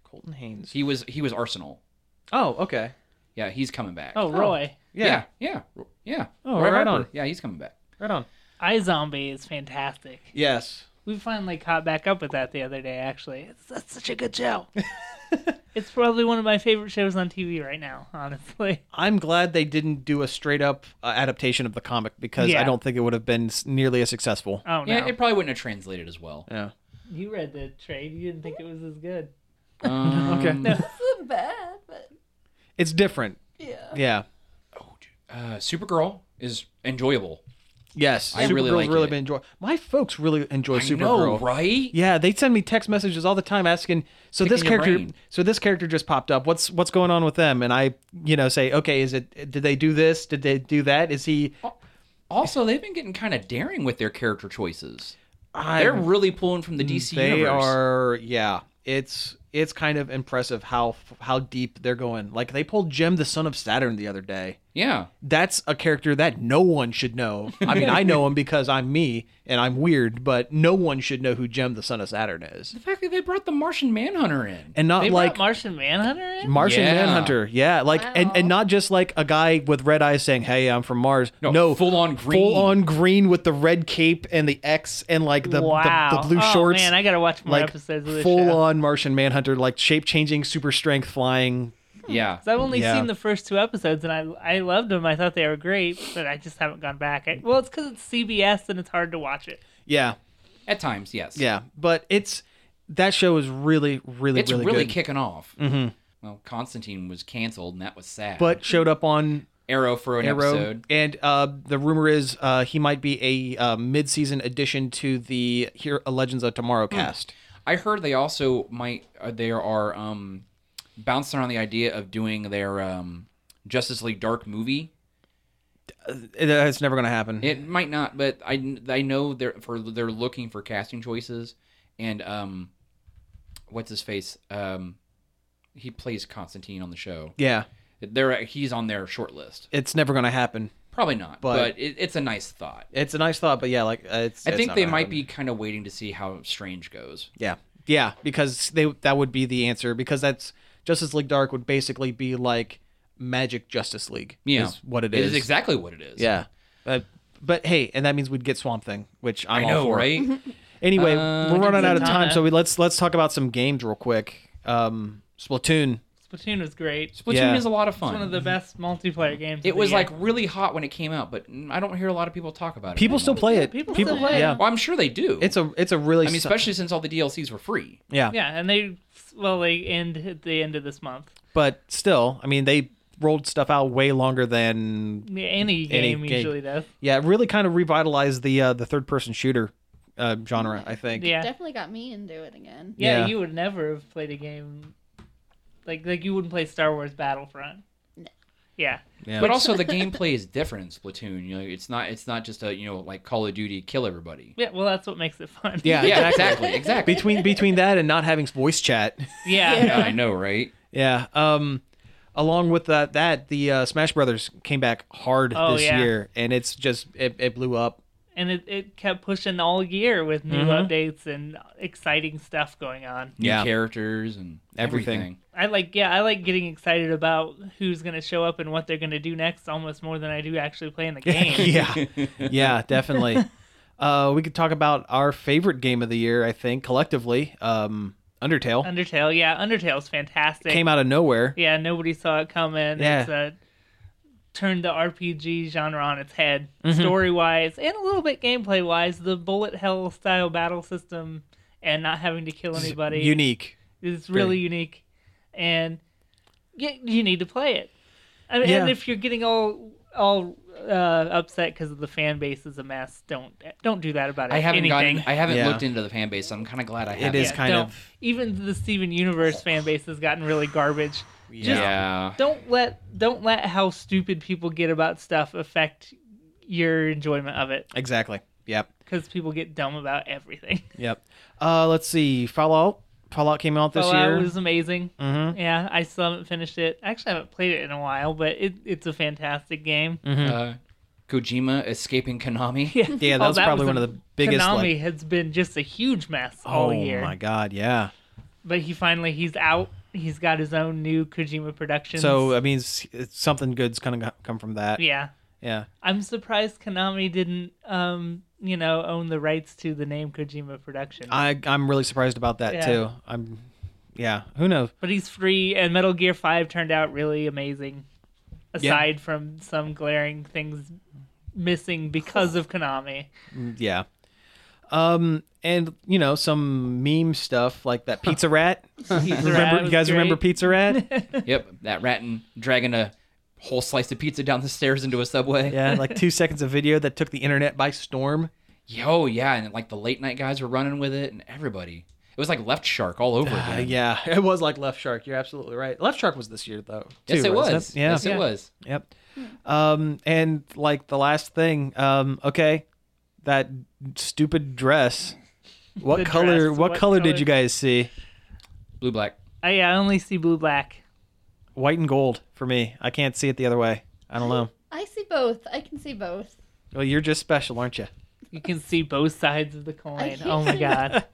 [SPEAKER 4] Colton Haynes.
[SPEAKER 3] He was he was Arsenal.
[SPEAKER 4] Oh, okay.
[SPEAKER 3] Yeah, he's coming back.
[SPEAKER 2] Oh, Roy.
[SPEAKER 3] yeah, yeah, yeah.
[SPEAKER 4] Oh,
[SPEAKER 3] Roy
[SPEAKER 4] right
[SPEAKER 3] Harper.
[SPEAKER 4] on.
[SPEAKER 3] Yeah, he's coming back.
[SPEAKER 4] Right on.
[SPEAKER 2] I Zombie is fantastic.
[SPEAKER 4] Yes.
[SPEAKER 2] We finally caught back up with that the other day. Actually, it's, that's such a good show. it's probably one of my favorite shows on TV right now. Honestly,
[SPEAKER 4] I'm glad they didn't do a straight up uh, adaptation of the comic because
[SPEAKER 2] Yeah.
[SPEAKER 4] I don't think it would have been s- nearly as successful.
[SPEAKER 2] oh no,
[SPEAKER 3] Yeah, it probably wouldn't have translated as well.
[SPEAKER 4] Yeah.
[SPEAKER 2] you read the trade. You didn't think it was as good.
[SPEAKER 3] Um,
[SPEAKER 4] Okay.
[SPEAKER 5] It's not bad, but
[SPEAKER 4] It's different.
[SPEAKER 5] yeah.
[SPEAKER 4] Yeah.
[SPEAKER 3] uh, Supergirl is enjoyable.
[SPEAKER 4] Yes.
[SPEAKER 3] I really
[SPEAKER 4] Supergirl's
[SPEAKER 3] like
[SPEAKER 4] really
[SPEAKER 3] it.
[SPEAKER 4] been enjoy. My folks really enjoy
[SPEAKER 3] I
[SPEAKER 4] Supergirl.
[SPEAKER 3] know, right?
[SPEAKER 4] Yeah, they send me text messages all the time asking, so this
[SPEAKER 3] Picking your
[SPEAKER 4] character,
[SPEAKER 3] brain.
[SPEAKER 4] so this character just popped up. What's what's going on with them? And I, you know, say, okay, is it? Did they do this? Did they do that? Is he?
[SPEAKER 3] Oh, Also, they've been getting kind of daring with their character choices.
[SPEAKER 4] I, Mm,
[SPEAKER 3] They're really pulling from the DC
[SPEAKER 4] they
[SPEAKER 3] universe.
[SPEAKER 4] are. Yeah, it's it's kind of impressive how how deep they're going. Like they pulled Jim, the son of Saturn, the other day.
[SPEAKER 3] Yeah.
[SPEAKER 4] That's a character that no one should know. I mean, I know him because I'm me and I'm weird, but no one should know who Jem the son of Saturn is.
[SPEAKER 3] The fact that they brought the Martian Manhunter in.
[SPEAKER 4] And not
[SPEAKER 2] They
[SPEAKER 4] like
[SPEAKER 2] brought Martian Manhunter in?
[SPEAKER 4] Martian
[SPEAKER 3] Yeah.
[SPEAKER 4] Manhunter. Yeah, like and,
[SPEAKER 5] Wow.
[SPEAKER 4] and not just like a guy with red eyes saying, "Hey, I'm from Mars."
[SPEAKER 3] No,
[SPEAKER 4] No,
[SPEAKER 3] full-on green.
[SPEAKER 4] full on green with the red cape and the X and like the the-
[SPEAKER 2] wow.
[SPEAKER 4] the, blue
[SPEAKER 2] oh,
[SPEAKER 4] shorts.
[SPEAKER 2] man, I gotta watch more
[SPEAKER 4] like
[SPEAKER 2] episodes of this
[SPEAKER 4] full
[SPEAKER 2] show.
[SPEAKER 4] on Martian Manhunter, like shape changing, super strength, flying.
[SPEAKER 3] yeah.
[SPEAKER 2] 'Cause I've only
[SPEAKER 4] Yeah.
[SPEAKER 2] seen the first two episodes, and I I loved them. I thought they were great, but I just haven't gone back. I, well, it's because it's CBS and it's hard to watch it.
[SPEAKER 4] Yeah,
[SPEAKER 3] At times, yes.
[SPEAKER 4] yeah, but it's that show is really, really,
[SPEAKER 3] It's
[SPEAKER 4] really,
[SPEAKER 3] really,
[SPEAKER 4] good.
[SPEAKER 3] kicking off. Mm-hmm. Well, Constantine was canceled, and that was sad.
[SPEAKER 4] but showed up on
[SPEAKER 3] Arrow for an
[SPEAKER 4] Arrow,
[SPEAKER 3] episode.
[SPEAKER 4] and uh, the rumor is uh, he might be a uh, mid-season addition to the Here Legends of Tomorrow
[SPEAKER 3] Hmm.
[SPEAKER 4] cast.
[SPEAKER 3] I heard they also might uh, they are um, bouncing on the idea of doing their um, Justice League Dark movie.
[SPEAKER 4] It- it's never going to happen.
[SPEAKER 3] It might not, but I I know they're for they're looking for casting choices, and um, what's his face? Um, he plays Constantine on the show.
[SPEAKER 4] yeah.
[SPEAKER 3] They're he's on their short list.
[SPEAKER 4] it's never going to happen.
[SPEAKER 3] Probably not, but,
[SPEAKER 4] But-
[SPEAKER 3] it, it's a nice thought.
[SPEAKER 4] It's a nice thought, but yeah, like uh, it's.
[SPEAKER 3] I
[SPEAKER 4] it's
[SPEAKER 3] think
[SPEAKER 4] not
[SPEAKER 3] they
[SPEAKER 4] gonna
[SPEAKER 3] might
[SPEAKER 4] happen.
[SPEAKER 3] be kind of waiting to see how Strange goes.
[SPEAKER 4] Yeah, yeah, because they that would be the answer because that's Justice League Dark would basically be like Magic Justice League.
[SPEAKER 3] Yeah,
[SPEAKER 4] is what it
[SPEAKER 3] It
[SPEAKER 4] is.
[SPEAKER 3] is exactly what it is.
[SPEAKER 4] Yeah, but but hey, and that means we'd get Swamp Thing, which I'm
[SPEAKER 3] I
[SPEAKER 4] all
[SPEAKER 3] know,
[SPEAKER 4] for.
[SPEAKER 3] right?
[SPEAKER 2] Mm-hmm.
[SPEAKER 4] Anyway,
[SPEAKER 3] Uh,
[SPEAKER 4] we're running out of
[SPEAKER 2] Zatanna.
[SPEAKER 4] time, so we let's let's talk about some games real quick. Um, Splatoon.
[SPEAKER 2] Splatoon was great. It's
[SPEAKER 3] Splatoon
[SPEAKER 4] Yeah.
[SPEAKER 3] is a lot of fun.
[SPEAKER 2] one of the best multiplayer games. of
[SPEAKER 3] It
[SPEAKER 2] the
[SPEAKER 3] was
[SPEAKER 2] year.
[SPEAKER 3] like really hot when it came out, but I don't hear a lot of people talk about it.
[SPEAKER 4] People
[SPEAKER 3] anymore.
[SPEAKER 4] still play it.
[SPEAKER 2] people still play it.
[SPEAKER 4] Yeah,
[SPEAKER 3] Well, I'm sure they do.
[SPEAKER 4] it's a it's a really.
[SPEAKER 3] I mean,
[SPEAKER 4] su-
[SPEAKER 3] especially since all the DLCs were free.
[SPEAKER 4] yeah.
[SPEAKER 2] yeah, and they well they end at the end of this month.
[SPEAKER 4] but still, I mean, they rolled stuff out way longer than
[SPEAKER 2] Yeah, Any
[SPEAKER 4] Any
[SPEAKER 2] game
[SPEAKER 4] game.
[SPEAKER 2] usually does.
[SPEAKER 4] Yeah, it really kind of revitalized the uh, the third person shooter uh, genre. I think.
[SPEAKER 2] Yeah.
[SPEAKER 5] Definitely got me into it again.
[SPEAKER 2] yeah,
[SPEAKER 4] Yeah.
[SPEAKER 2] you would never have played a game like like you wouldn't play Star Wars Battlefront. Yeah,
[SPEAKER 4] Yeah.
[SPEAKER 3] But also, the gameplay is different in Splatoon. You know, it's not it's not just a you know like Call of Duty kill everybody.
[SPEAKER 2] yeah. Well, that's what makes it fun.
[SPEAKER 4] Yeah,
[SPEAKER 3] Yeah,
[SPEAKER 4] exactly.
[SPEAKER 3] exactly, exactly.
[SPEAKER 4] between between that and not having voice chat.
[SPEAKER 2] yeah.
[SPEAKER 3] Yeah, I know, right?
[SPEAKER 4] Yeah. Um, along with that, that the uh, Smash Brothers came back hard
[SPEAKER 2] Oh,
[SPEAKER 4] this
[SPEAKER 2] yeah.
[SPEAKER 4] year, and it's just it, it blew up.
[SPEAKER 2] and it, it kept pushing all year with
[SPEAKER 4] Mm-hmm.
[SPEAKER 2] new updates and exciting stuff going on.
[SPEAKER 3] New
[SPEAKER 4] Yeah.
[SPEAKER 3] characters and
[SPEAKER 4] Everything.
[SPEAKER 3] everything.
[SPEAKER 2] I like, yeah, I like getting excited about who's going to show up and what they're going to do next almost more than I do actually playing the game.
[SPEAKER 4] yeah. Yeah. Definitely. Uh, we could talk about our favorite game of the year. I think collectively, um, Undertale
[SPEAKER 2] Undertale, yeah, Undertale's fantastic.
[SPEAKER 4] came out of nowhere.
[SPEAKER 2] Yeah, nobody saw it coming.
[SPEAKER 4] Yeah.
[SPEAKER 2] It's uh turned the RPG genre on its head,
[SPEAKER 4] Mm-hmm.
[SPEAKER 2] story wise and a little bit gameplay wise. The bullet hell style battle system and not having to kill anybody.
[SPEAKER 4] Unique.
[SPEAKER 2] It's really unique, and yeah, you need to play it. I mean,
[SPEAKER 4] Yeah.
[SPEAKER 2] And if you're getting all all uh, upset because the fan base is a mess, don't don't do that about it.
[SPEAKER 3] I haven't
[SPEAKER 2] anything.
[SPEAKER 3] gotten. I haven't
[SPEAKER 4] Yeah.
[SPEAKER 3] looked into the fan base. So I'm kind of glad I
[SPEAKER 4] It
[SPEAKER 3] haven't.
[SPEAKER 4] is kind
[SPEAKER 2] don't.
[SPEAKER 4] of.
[SPEAKER 2] even the Steven Universe fan base has gotten really garbage. Just
[SPEAKER 3] Yeah.
[SPEAKER 2] don't let don't let how stupid people get about stuff affect your enjoyment of it
[SPEAKER 4] Exactly. Yep.
[SPEAKER 2] because people get dumb about everything.
[SPEAKER 4] Yep. Uh, let's see. Fallout. Fallout came out this
[SPEAKER 2] Fallout
[SPEAKER 4] year.
[SPEAKER 2] Oh, was amazing. Mm-hmm. Yeah, I still haven't finished it. Actually, I haven't played it in a while, but it, it's a fantastic game.
[SPEAKER 3] Uh, Kojima escaping Konami.
[SPEAKER 4] Yeah, that
[SPEAKER 2] Oh,
[SPEAKER 4] was probably one
[SPEAKER 2] a-
[SPEAKER 4] of the biggest,
[SPEAKER 2] Konami
[SPEAKER 4] like-
[SPEAKER 2] has been just a huge mess all
[SPEAKER 4] oh
[SPEAKER 2] year.
[SPEAKER 4] my god, yeah.
[SPEAKER 2] But he finally he's out. He's got his own new Kojima Productions.
[SPEAKER 4] So uh, I mean, it's, it's something good's gonna come from that.
[SPEAKER 2] yeah,
[SPEAKER 4] Yeah.
[SPEAKER 2] I'm surprised Konami didn't um you know own the rights to the name Kojima Productions.
[SPEAKER 4] I I'm really surprised about that
[SPEAKER 2] Yeah.
[SPEAKER 4] too. I'm, yeah. Who knows?
[SPEAKER 2] but he's free, and Metal Gear Five turned out really amazing. Aside from some glaring things missing because of Konami.
[SPEAKER 4] Yeah. Um, and you know some meme stuff like that pizza rat. remember, you guys remember pizza rat?
[SPEAKER 3] Yep, that rat and dragging a whole slice of pizza down the stairs into a subway.
[SPEAKER 4] yeah, like two seconds of video that took the internet by storm.
[SPEAKER 3] Yo, yeah, and like the late night guys were running with it, and everybody. It was like Left Shark all over
[SPEAKER 4] Uh,
[SPEAKER 3] again.
[SPEAKER 4] yeah, it was like Left Shark. You're absolutely right. Left Shark was this year though.
[SPEAKER 3] Yes,
[SPEAKER 4] too,
[SPEAKER 3] it
[SPEAKER 4] wasn't
[SPEAKER 3] was.
[SPEAKER 4] Yeah.
[SPEAKER 3] Yes,
[SPEAKER 2] Yeah.
[SPEAKER 3] it was.
[SPEAKER 4] Yep. Um, and like the last thing, um, okay, that stupid dress.
[SPEAKER 2] The
[SPEAKER 4] What color?
[SPEAKER 2] dress,
[SPEAKER 4] what,
[SPEAKER 2] what
[SPEAKER 4] color,
[SPEAKER 2] color?
[SPEAKER 4] did you guys see?
[SPEAKER 3] Blue black.
[SPEAKER 2] I, I only see blue black.
[SPEAKER 4] White and gold for me. I can't see it the other way. I don't know.
[SPEAKER 5] I see both. I can see both.
[SPEAKER 4] Well, you're just special, aren't you?
[SPEAKER 2] You can see both sides of the coin.
[SPEAKER 5] can't
[SPEAKER 2] Oh my
[SPEAKER 5] see-
[SPEAKER 2] god.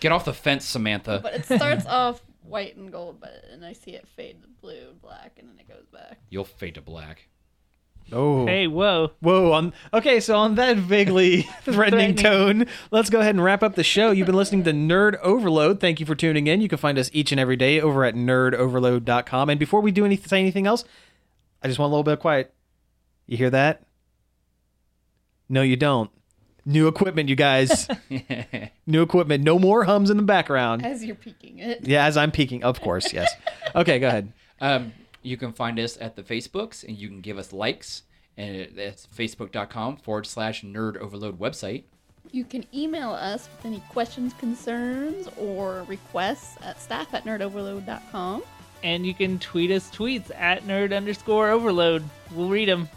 [SPEAKER 3] Get off the fence, Samantha.
[SPEAKER 5] But it starts off white and gold, but and I see it fade to blue and black, and then it goes back.
[SPEAKER 3] You'll fade to black.
[SPEAKER 4] Oh.
[SPEAKER 2] Hey, whoa.
[SPEAKER 4] Whoa. On, okay, so on that vaguely threatening, tone,
[SPEAKER 2] Threatening.
[SPEAKER 4] let's go ahead and wrap up the show. You've been listening to Nerd Overload. Thank you for tuning in. You can find us each and every day over at nerdoverload.com. And before we do anything, say anything else, I just want a little bit of quiet. You hear that? No, you don't. New equipment, you guys. New equipment. No more hums in the background.
[SPEAKER 5] As you're peeking it,
[SPEAKER 4] Yeah, as I'm peeking, of course, yes. Okay, go ahead.
[SPEAKER 3] Um, you can find us at the Facebooks, and you can give us likes. And it- that's facebook.com forward slash nerd overload website.
[SPEAKER 5] you can email us with any questions, concerns, or requests at staff at nerdoverload.com.
[SPEAKER 2] And you can tweet us tweets at nerd underscore overload. We'll read them.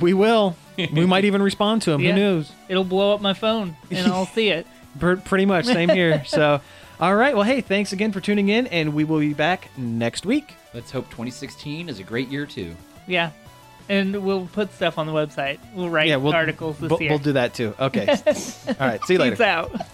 [SPEAKER 4] We will. We might even respond to him.
[SPEAKER 2] Yeah.
[SPEAKER 4] Who knows?
[SPEAKER 2] It'll blow up my phone and I'll see it.
[SPEAKER 4] Pr- pretty much same here so all right well hey thanks again for tuning in and we will be back next week
[SPEAKER 3] Let's hope 2016 is a great year, too.
[SPEAKER 2] Yeah. And we'll put stuff on the website. We'll write
[SPEAKER 4] yeah we'll
[SPEAKER 2] articles this
[SPEAKER 4] we'll,
[SPEAKER 2] year.
[SPEAKER 4] we'll do that too okay all right see you later
[SPEAKER 2] Peace out.